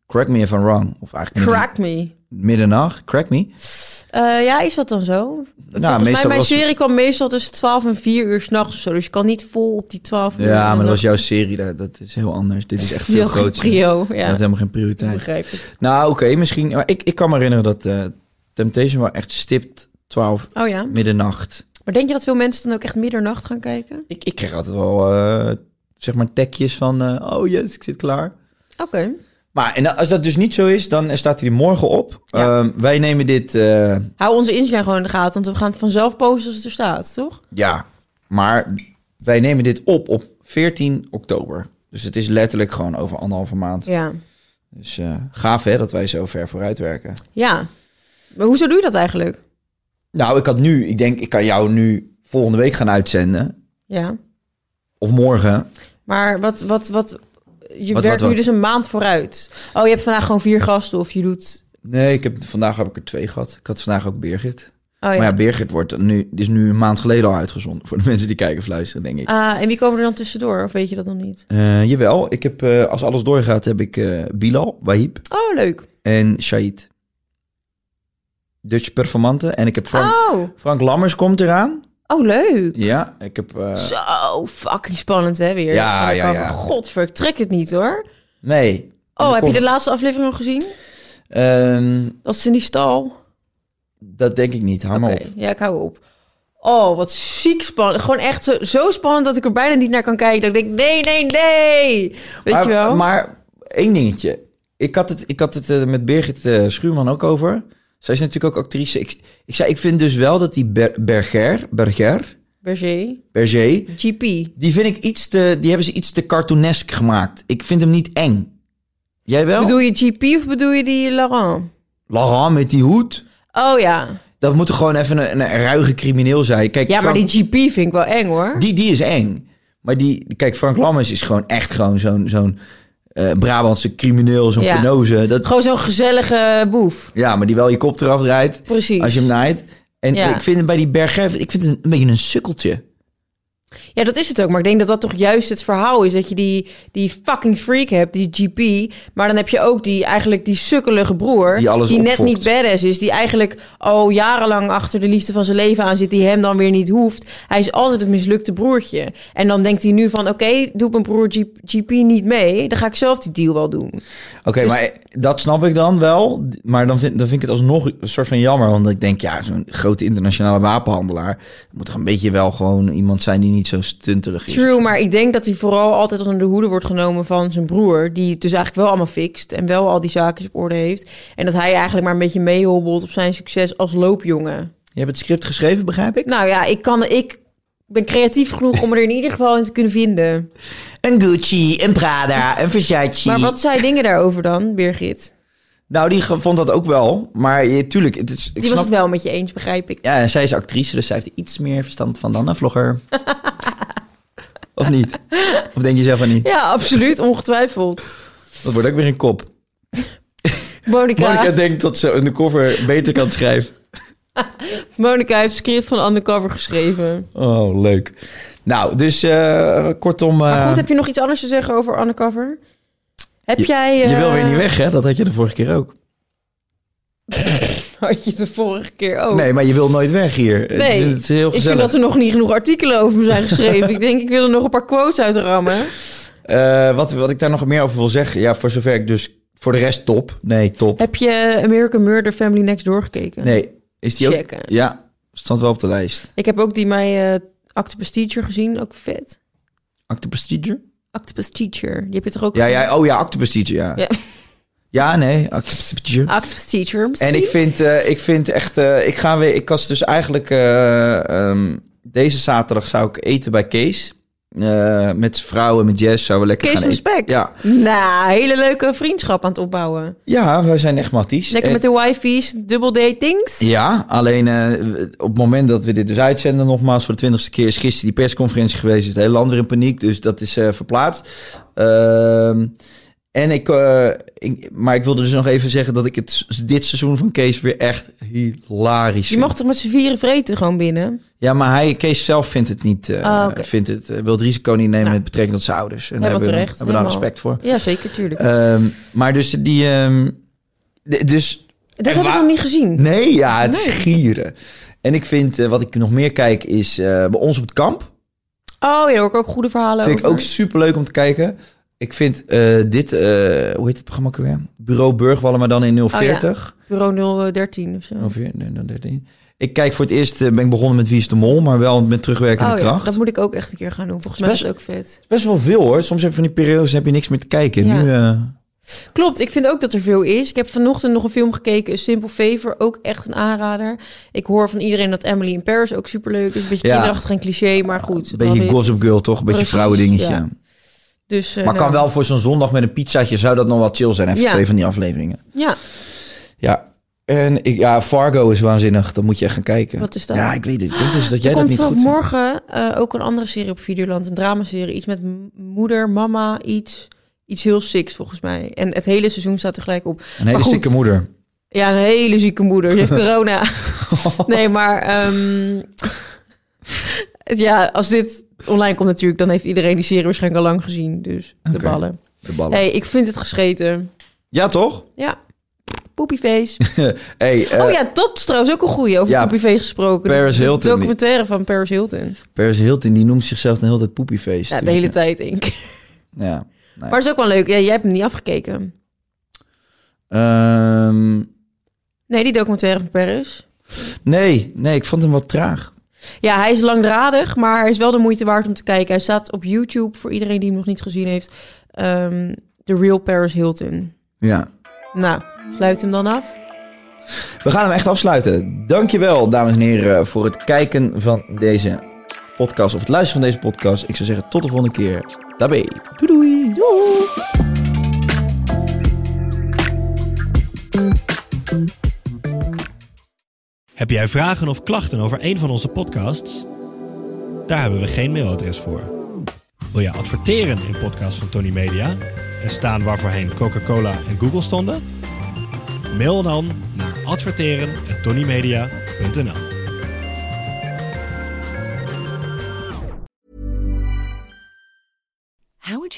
Speaker 1: Crack me if I'm wrong. Of eigenlijk midden-
Speaker 2: Crack me.
Speaker 1: middernacht, crack me.
Speaker 2: Eh, ja, is dat dan zo?
Speaker 1: Nou,
Speaker 2: Volgens mij,
Speaker 1: meestal
Speaker 2: mijn
Speaker 1: was...
Speaker 2: serie kwam meestal tussen 12 en 4 uur s'nachts of zo. Dus je kan niet vol op die 12 uur.
Speaker 1: Ja, maar dat was jouw serie, dat, dat is heel anders. Dit is echt veel
Speaker 2: Heel goed
Speaker 1: groter.
Speaker 2: trio,
Speaker 1: Dat
Speaker 2: ja.
Speaker 1: heeft helemaal geen
Speaker 2: Dat
Speaker 1: prioriteit.
Speaker 2: begrijp ik.
Speaker 1: Nou, oké, misschien... Maar ik, ik kan me herinneren dat eh, Temptation wel echt stipt 12
Speaker 2: Oh ja.
Speaker 1: middernacht.
Speaker 2: Maar denk je dat veel mensen dan ook echt middernacht gaan kijken?
Speaker 1: Ik, ik kreeg altijd wel, eh, zeg maar, tekjes van... eh, oh yes, ik zit klaar.
Speaker 2: Oké.
Speaker 1: Maar en als dat dus niet zo is, dan eh, staat hij er morgen op.
Speaker 2: Ja.
Speaker 1: Ehm, wij nemen dit, eh,
Speaker 2: Hou onze Instagram gewoon in de gaten, want we gaan het vanzelf posten als het er staat, toch?
Speaker 1: ja, maar wij nemen dit op op 14 oktober. Dus het is letterlijk gewoon over anderhalve maand.
Speaker 2: Ja.
Speaker 1: Dus eh, gaaf hè, dat wij zo ver vooruit werken.
Speaker 2: Ja. Maar hoezo doe je dat eigenlijk?
Speaker 1: Nou, ik had nu, ik denk, ik kan jou nu volgende week gaan uitzenden.
Speaker 2: Ja.
Speaker 1: Of morgen.
Speaker 2: Maar wat, wat, wat... Je
Speaker 1: wat,
Speaker 2: werkt
Speaker 1: wat?
Speaker 2: nu dus een maand vooruit. Oh, je hebt vandaag gewoon vier gasten of je doet...
Speaker 1: Nee, ik heb, vandaag heb ik er twee gehad. Ik had vandaag ook Birgit.
Speaker 2: Oh ja.
Speaker 1: Maar ja, Birgit wordt nu, die is nu een maand geleden al uitgezonden. Voor de mensen die kijken of luisteren, denk ik.
Speaker 2: Ah, en wie komen er dan tussendoor? Of weet je dat nog niet?
Speaker 1: Eh, jawel, ik heb, eh, als alles doorgaat, heb ik eh, Bilal, Wahib
Speaker 2: Oh, leuk.
Speaker 1: en Shahid. Dutch Performante. En ik heb Frank,
Speaker 2: Oh,
Speaker 1: Frank Lammers komt eraan.
Speaker 2: oh leuk.
Speaker 1: Ja, ik heb... eh,
Speaker 2: Zo fucking spannend, hè, weer.
Speaker 1: Ja,
Speaker 2: Van de
Speaker 1: ja,
Speaker 2: cover.
Speaker 1: ja.
Speaker 2: Godver, ik trek het niet, hoor.
Speaker 1: nee.
Speaker 2: Oh, heb je de
Speaker 1: dat?
Speaker 2: laatste aflevering nog gezien? Dat ze in die stal...
Speaker 1: Ehm, dat denk ik niet, hou maar
Speaker 2: Oké,
Speaker 1: op.
Speaker 2: ja, ik hou op. Oh, wat ziek spannend. Gewoon echt zo, zo spannend dat ik er bijna niet naar kan kijken. Dat ik denk, nee, nee, nee. Weet
Speaker 1: maar,
Speaker 2: je wel?
Speaker 1: Maar één dingetje. Ik had het, ik had het eh, met Birgit eh, Schuurman ook over. Zij is natuurlijk ook actrice. Ik, ik zei, ik vind dus wel dat die Ber- Berger, Berger,
Speaker 2: Berger,
Speaker 1: Berger,
Speaker 2: GP.
Speaker 1: Die vind ik iets te. Die hebben ze iets te cartoonesk gemaakt. Ik vind hem niet eng. Jij wel?
Speaker 2: Bedoel je GP of bedoel je die Laurent?
Speaker 1: Laurent met die hoed.
Speaker 2: Oh ja.
Speaker 1: Dat moet er gewoon even een, een ruige crimineel zijn. Kijk,
Speaker 2: Ja, maar
Speaker 1: Frank-
Speaker 2: die GP vind ik wel eng, hoor.
Speaker 1: die, die is eng. Maar die. Kijk, Frank Lammers is gewoon echt gewoon zo'n. zo'n eh, Brabantse crimineel, zo'n
Speaker 2: Ja.
Speaker 1: penose. Dat,
Speaker 2: Gewoon zo'n gezellige boef.
Speaker 1: ja, maar die wel je kop eraf draait.
Speaker 2: Precies.
Speaker 1: Als je hem naait. En
Speaker 2: Ja.
Speaker 1: ik vind hem bij die Berger. Ik vind het een beetje een sukkeltje.
Speaker 2: Ja, dat is het ook. Maar ik denk dat dat toch juist het verhaal is. Dat je die, die fucking freak hebt, die GP. Maar dan heb je ook die, eigenlijk die sukkelige broer.
Speaker 1: Die alles
Speaker 2: net
Speaker 1: opfokt.
Speaker 2: niet badass is. Die eigenlijk al jarenlang achter de liefde van zijn leven aan zit. Die hem dan weer niet hoeft. Hij is altijd het mislukte broertje. En dan denkt hij nu van... Oké, doe mijn broer G- GP niet mee. Dan ga ik zelf die deal wel doen.
Speaker 1: Oké,
Speaker 2: Dus-
Speaker 1: maar dat snap ik dan wel. Maar dan vind, dan vind ik het alsnog een soort van jammer. Want ik denk, ja, zo'n grote internationale wapenhandelaar... moet toch een beetje wel gewoon iemand zijn die niet zo stunterig is.
Speaker 2: True, maar ik denk dat hij vooral altijd onder de hoede wordt genomen van zijn broer. Die het dus eigenlijk wel allemaal fixt en wel al die zaken op orde heeft. En dat hij eigenlijk maar een beetje meehobbelt op zijn succes als loopjongen.
Speaker 1: Je hebt het script geschreven, begrijp ik?
Speaker 2: Nou ja, ik, kan, ik ben creatief genoeg om er in ieder geval in te kunnen vinden.
Speaker 1: Een Gucci, een Prada, een Versace.
Speaker 2: Maar wat zei dingen daarover dan, Birgit?
Speaker 1: Nou, die ge- vond dat ook wel. Maar je, tuurlijk, het is, ik
Speaker 2: Die was
Speaker 1: snap...
Speaker 2: het wel met je eens, begrijp ik.
Speaker 1: Ja, en zij is actrice, dus zij heeft er iets meer verstand van dan een vlogger. of niet? Of denk je zelf van niet?
Speaker 2: Ja, absoluut, ongetwijfeld.
Speaker 1: Dat wordt ook weer een kop.
Speaker 2: Monica,
Speaker 1: Monica
Speaker 2: Monica.
Speaker 1: denkt dat ze een cover beter kan schrijven.
Speaker 2: heeft het script van Undercover geschreven.
Speaker 1: Oh, leuk. Nou, dus eh, kortom... eh,
Speaker 2: Goed, heb je nog iets anders te zeggen over Undercover? Heb jij...
Speaker 1: je wil
Speaker 2: eh,
Speaker 1: weer niet weg, hè? Dat had je de vorige keer ook.
Speaker 2: Had je de vorige keer ook.
Speaker 1: Nee, maar je wil nooit weg hier. Het-
Speaker 2: Oh. Nee,
Speaker 1: het, is heel
Speaker 2: ik
Speaker 1: gezellig.
Speaker 2: vind dat er nog niet genoeg artikelen over me zijn geschreven. ik denk, ik wil er nog een paar quotes uit rammen.
Speaker 1: Eh, wat, wat ik daar nog meer over wil zeggen... Ja, voor zover ik dus... Voor de rest top. Nee, top.
Speaker 2: Heb je American Murder Family Next Door gekeken?
Speaker 1: Nee, Is die
Speaker 2: Checken.
Speaker 1: ook? Ja, stond wel op de lijst.
Speaker 2: Ik heb ook die mij eh Octopus Teacher gezien, ook vet.
Speaker 1: Octopus Teacher?
Speaker 2: Octopus Teacher, die heb je toch ook
Speaker 1: Ja,
Speaker 2: gezien?
Speaker 1: ja, oh ja, Octopus Teacher, ja. Ja,
Speaker 2: Ja. Ah,
Speaker 1: nee, Octopus Teacher.
Speaker 2: Octopus Teacher, misschien?
Speaker 1: En ik vind, eh, ik vind echt, eh, ik ga weer, ik was dus eigenlijk, eh, ehm, deze zaterdag zou ik eten bij Kees. Eh, met zijn vrouw en met Jess zouden we lekker
Speaker 2: Kees
Speaker 1: gaan
Speaker 2: van
Speaker 1: eten.
Speaker 2: Spek.
Speaker 1: Ja,
Speaker 2: Nou, hele leuke vriendschap aan het opbouwen.
Speaker 1: ja, we zijn echt matties.
Speaker 2: Lekker
Speaker 1: En-
Speaker 2: met de wifi's, dubbel datings.
Speaker 1: Ja, alleen eh, op het moment dat we dit dus uitzenden, nogmaals voor de twintigste keer, is gisteren die persconferentie geweest. Is het hele land weer in paniek, dus dat is eh, verplaatst. Ehm, en ik, eh, ik- maar ik wilde dus nog even zeggen dat ik het s- dit seizoen van Kees weer echt hilarisch
Speaker 2: Je
Speaker 1: vind.
Speaker 2: mag toch met z'n vieren vreten gewoon binnen?
Speaker 1: Ja, maar hij, Kees zelf vindt het niet, eh,
Speaker 2: Ah, oké.
Speaker 1: vindt het, eh, wil het risico niet nemen
Speaker 2: Nou.
Speaker 1: met betrekking tot zijn ouders. En
Speaker 2: Ja,
Speaker 1: daar
Speaker 2: wat
Speaker 1: hebben, we-
Speaker 2: terecht,
Speaker 1: hebben we daar
Speaker 2: helemaal.
Speaker 1: respect voor.
Speaker 2: Ja, zeker, tuurlijk.
Speaker 1: Ehm, maar dus die, ehm, d- dus
Speaker 2: dat heb ik
Speaker 1: waar-
Speaker 2: nog niet gezien.
Speaker 1: Nee, ja, het is gieren. En ik vind, eh, wat ik nog meer kijk, is eh, bij ons op het kamp.
Speaker 2: Oh ja, daar hoor ik ook goede verhalen
Speaker 1: vind ik
Speaker 2: over.
Speaker 1: ook superleuk om te kijken. Ik vind eh, dit, eh, hoe heet het programma ook weer? Bureau Burgwallen, maar dan
Speaker 2: Oh,
Speaker 1: in 040.
Speaker 2: Bureau 013 of zo.
Speaker 1: Oh, vier- nee, dan 13. Ik kijk voor het eerst, eh, ben ik begonnen met Wie is de Mol, maar wel met terugwerkende
Speaker 2: Oh ja,
Speaker 1: kracht.
Speaker 2: dat moet ik ook echt een keer gaan doen. Volgens mij is
Speaker 1: Best-
Speaker 2: het ook vet.
Speaker 1: Best wel veel hoor. Soms heb je van die periodes heb je niks meer te kijken.
Speaker 2: Ja.
Speaker 1: Nu, eh,
Speaker 2: Klopt, ik vind ook dat er veel is. Ik heb vanochtend nog een film gekeken, A Simple Favor, ook echt een aanrader. Ik hoor van iedereen dat Emily in Paris ook superleuk is. Een beetje
Speaker 1: Ja.
Speaker 2: kinderachtig en cliché, maar goed.
Speaker 1: een
Speaker 2: love
Speaker 1: beetje
Speaker 2: it.
Speaker 1: gossip girl toch? Een beetje
Speaker 2: Precies,
Speaker 1: vrouwendingetje.
Speaker 2: ja. Dus, eh,
Speaker 1: Maar
Speaker 2: nou,
Speaker 1: kan wel voor zo'n zondag met een pizzaatje, zou dat nog wel chill zijn. Even
Speaker 2: Ja.
Speaker 1: twee van die afleveringen.
Speaker 2: Ja,
Speaker 1: Ja. En ik, ja, Fargo is waanzinnig. Dat moet je echt gaan kijken.
Speaker 2: Wat is dat?
Speaker 1: Ja, ik weet het. Ik denk dus dat jij
Speaker 2: er
Speaker 1: dat
Speaker 2: komt
Speaker 1: niet goed
Speaker 2: vanaf
Speaker 1: vindt.
Speaker 2: morgen eh, ook een andere serie op Videoland. Een dramaserie, iets met m- moeder, mama, iets, iets heel siks volgens mij. En het hele seizoen staat er gelijk op.
Speaker 1: Een hele
Speaker 2: maar goed,
Speaker 1: zieke moeder.
Speaker 2: Ja, een hele zieke moeder. Ze heeft corona. Nee, maar... ehm, ja, als dit online komt natuurlijk... dan heeft iedereen die serie waarschijnlijk al lang gezien. Dus de
Speaker 1: Oké.
Speaker 2: ballen.
Speaker 1: De ballen.
Speaker 2: hey, ik vind het gescheten.
Speaker 1: Ja, toch?
Speaker 2: Ja, poepieface.
Speaker 1: Hey, eh,
Speaker 2: oh ja, dat is trouwens ook een goeie. Over
Speaker 1: ja,
Speaker 2: poepieface gesproken.
Speaker 1: Paris
Speaker 2: De
Speaker 1: Hilton.
Speaker 2: documentaire van Paris Hilton.
Speaker 1: Paris Hilton, die noemt zichzelf een hele tijd poepiefeest.
Speaker 2: Ja, de hele tijd, denk ik.
Speaker 1: Ja. Nee.
Speaker 2: Maar het is ook wel leuk. Ja, jij hebt hem niet afgekeken.
Speaker 1: Ehm,
Speaker 2: Nee, die documentaire van Paris.
Speaker 1: nee, nee, ik vond hem wat traag.
Speaker 2: Ja, hij is langdradig, maar hij is wel de moeite waard om te kijken. Hij staat op YouTube voor iedereen die hem nog niet gezien heeft. Ehm The Real Paris Hilton.
Speaker 1: Ja.
Speaker 2: Nou, sluit hem dan af.
Speaker 1: We gaan hem echt afsluiten. Dankjewel, dames en heren, voor het kijken van deze podcast. Of het luisteren van deze podcast. Ik zou zeggen, tot de volgende keer. Daarbij. Doei doei. Doei.
Speaker 4: Heb jij vragen of klachten over een van onze podcasts? Daar hebben we geen mailadres voor. Wil je adverteren in podcasts van Tony Media en staan waarvoorheen Coca-Cola en Google stonden? Mail dan naar adverteren@tonymedia.nl.
Speaker 5: How would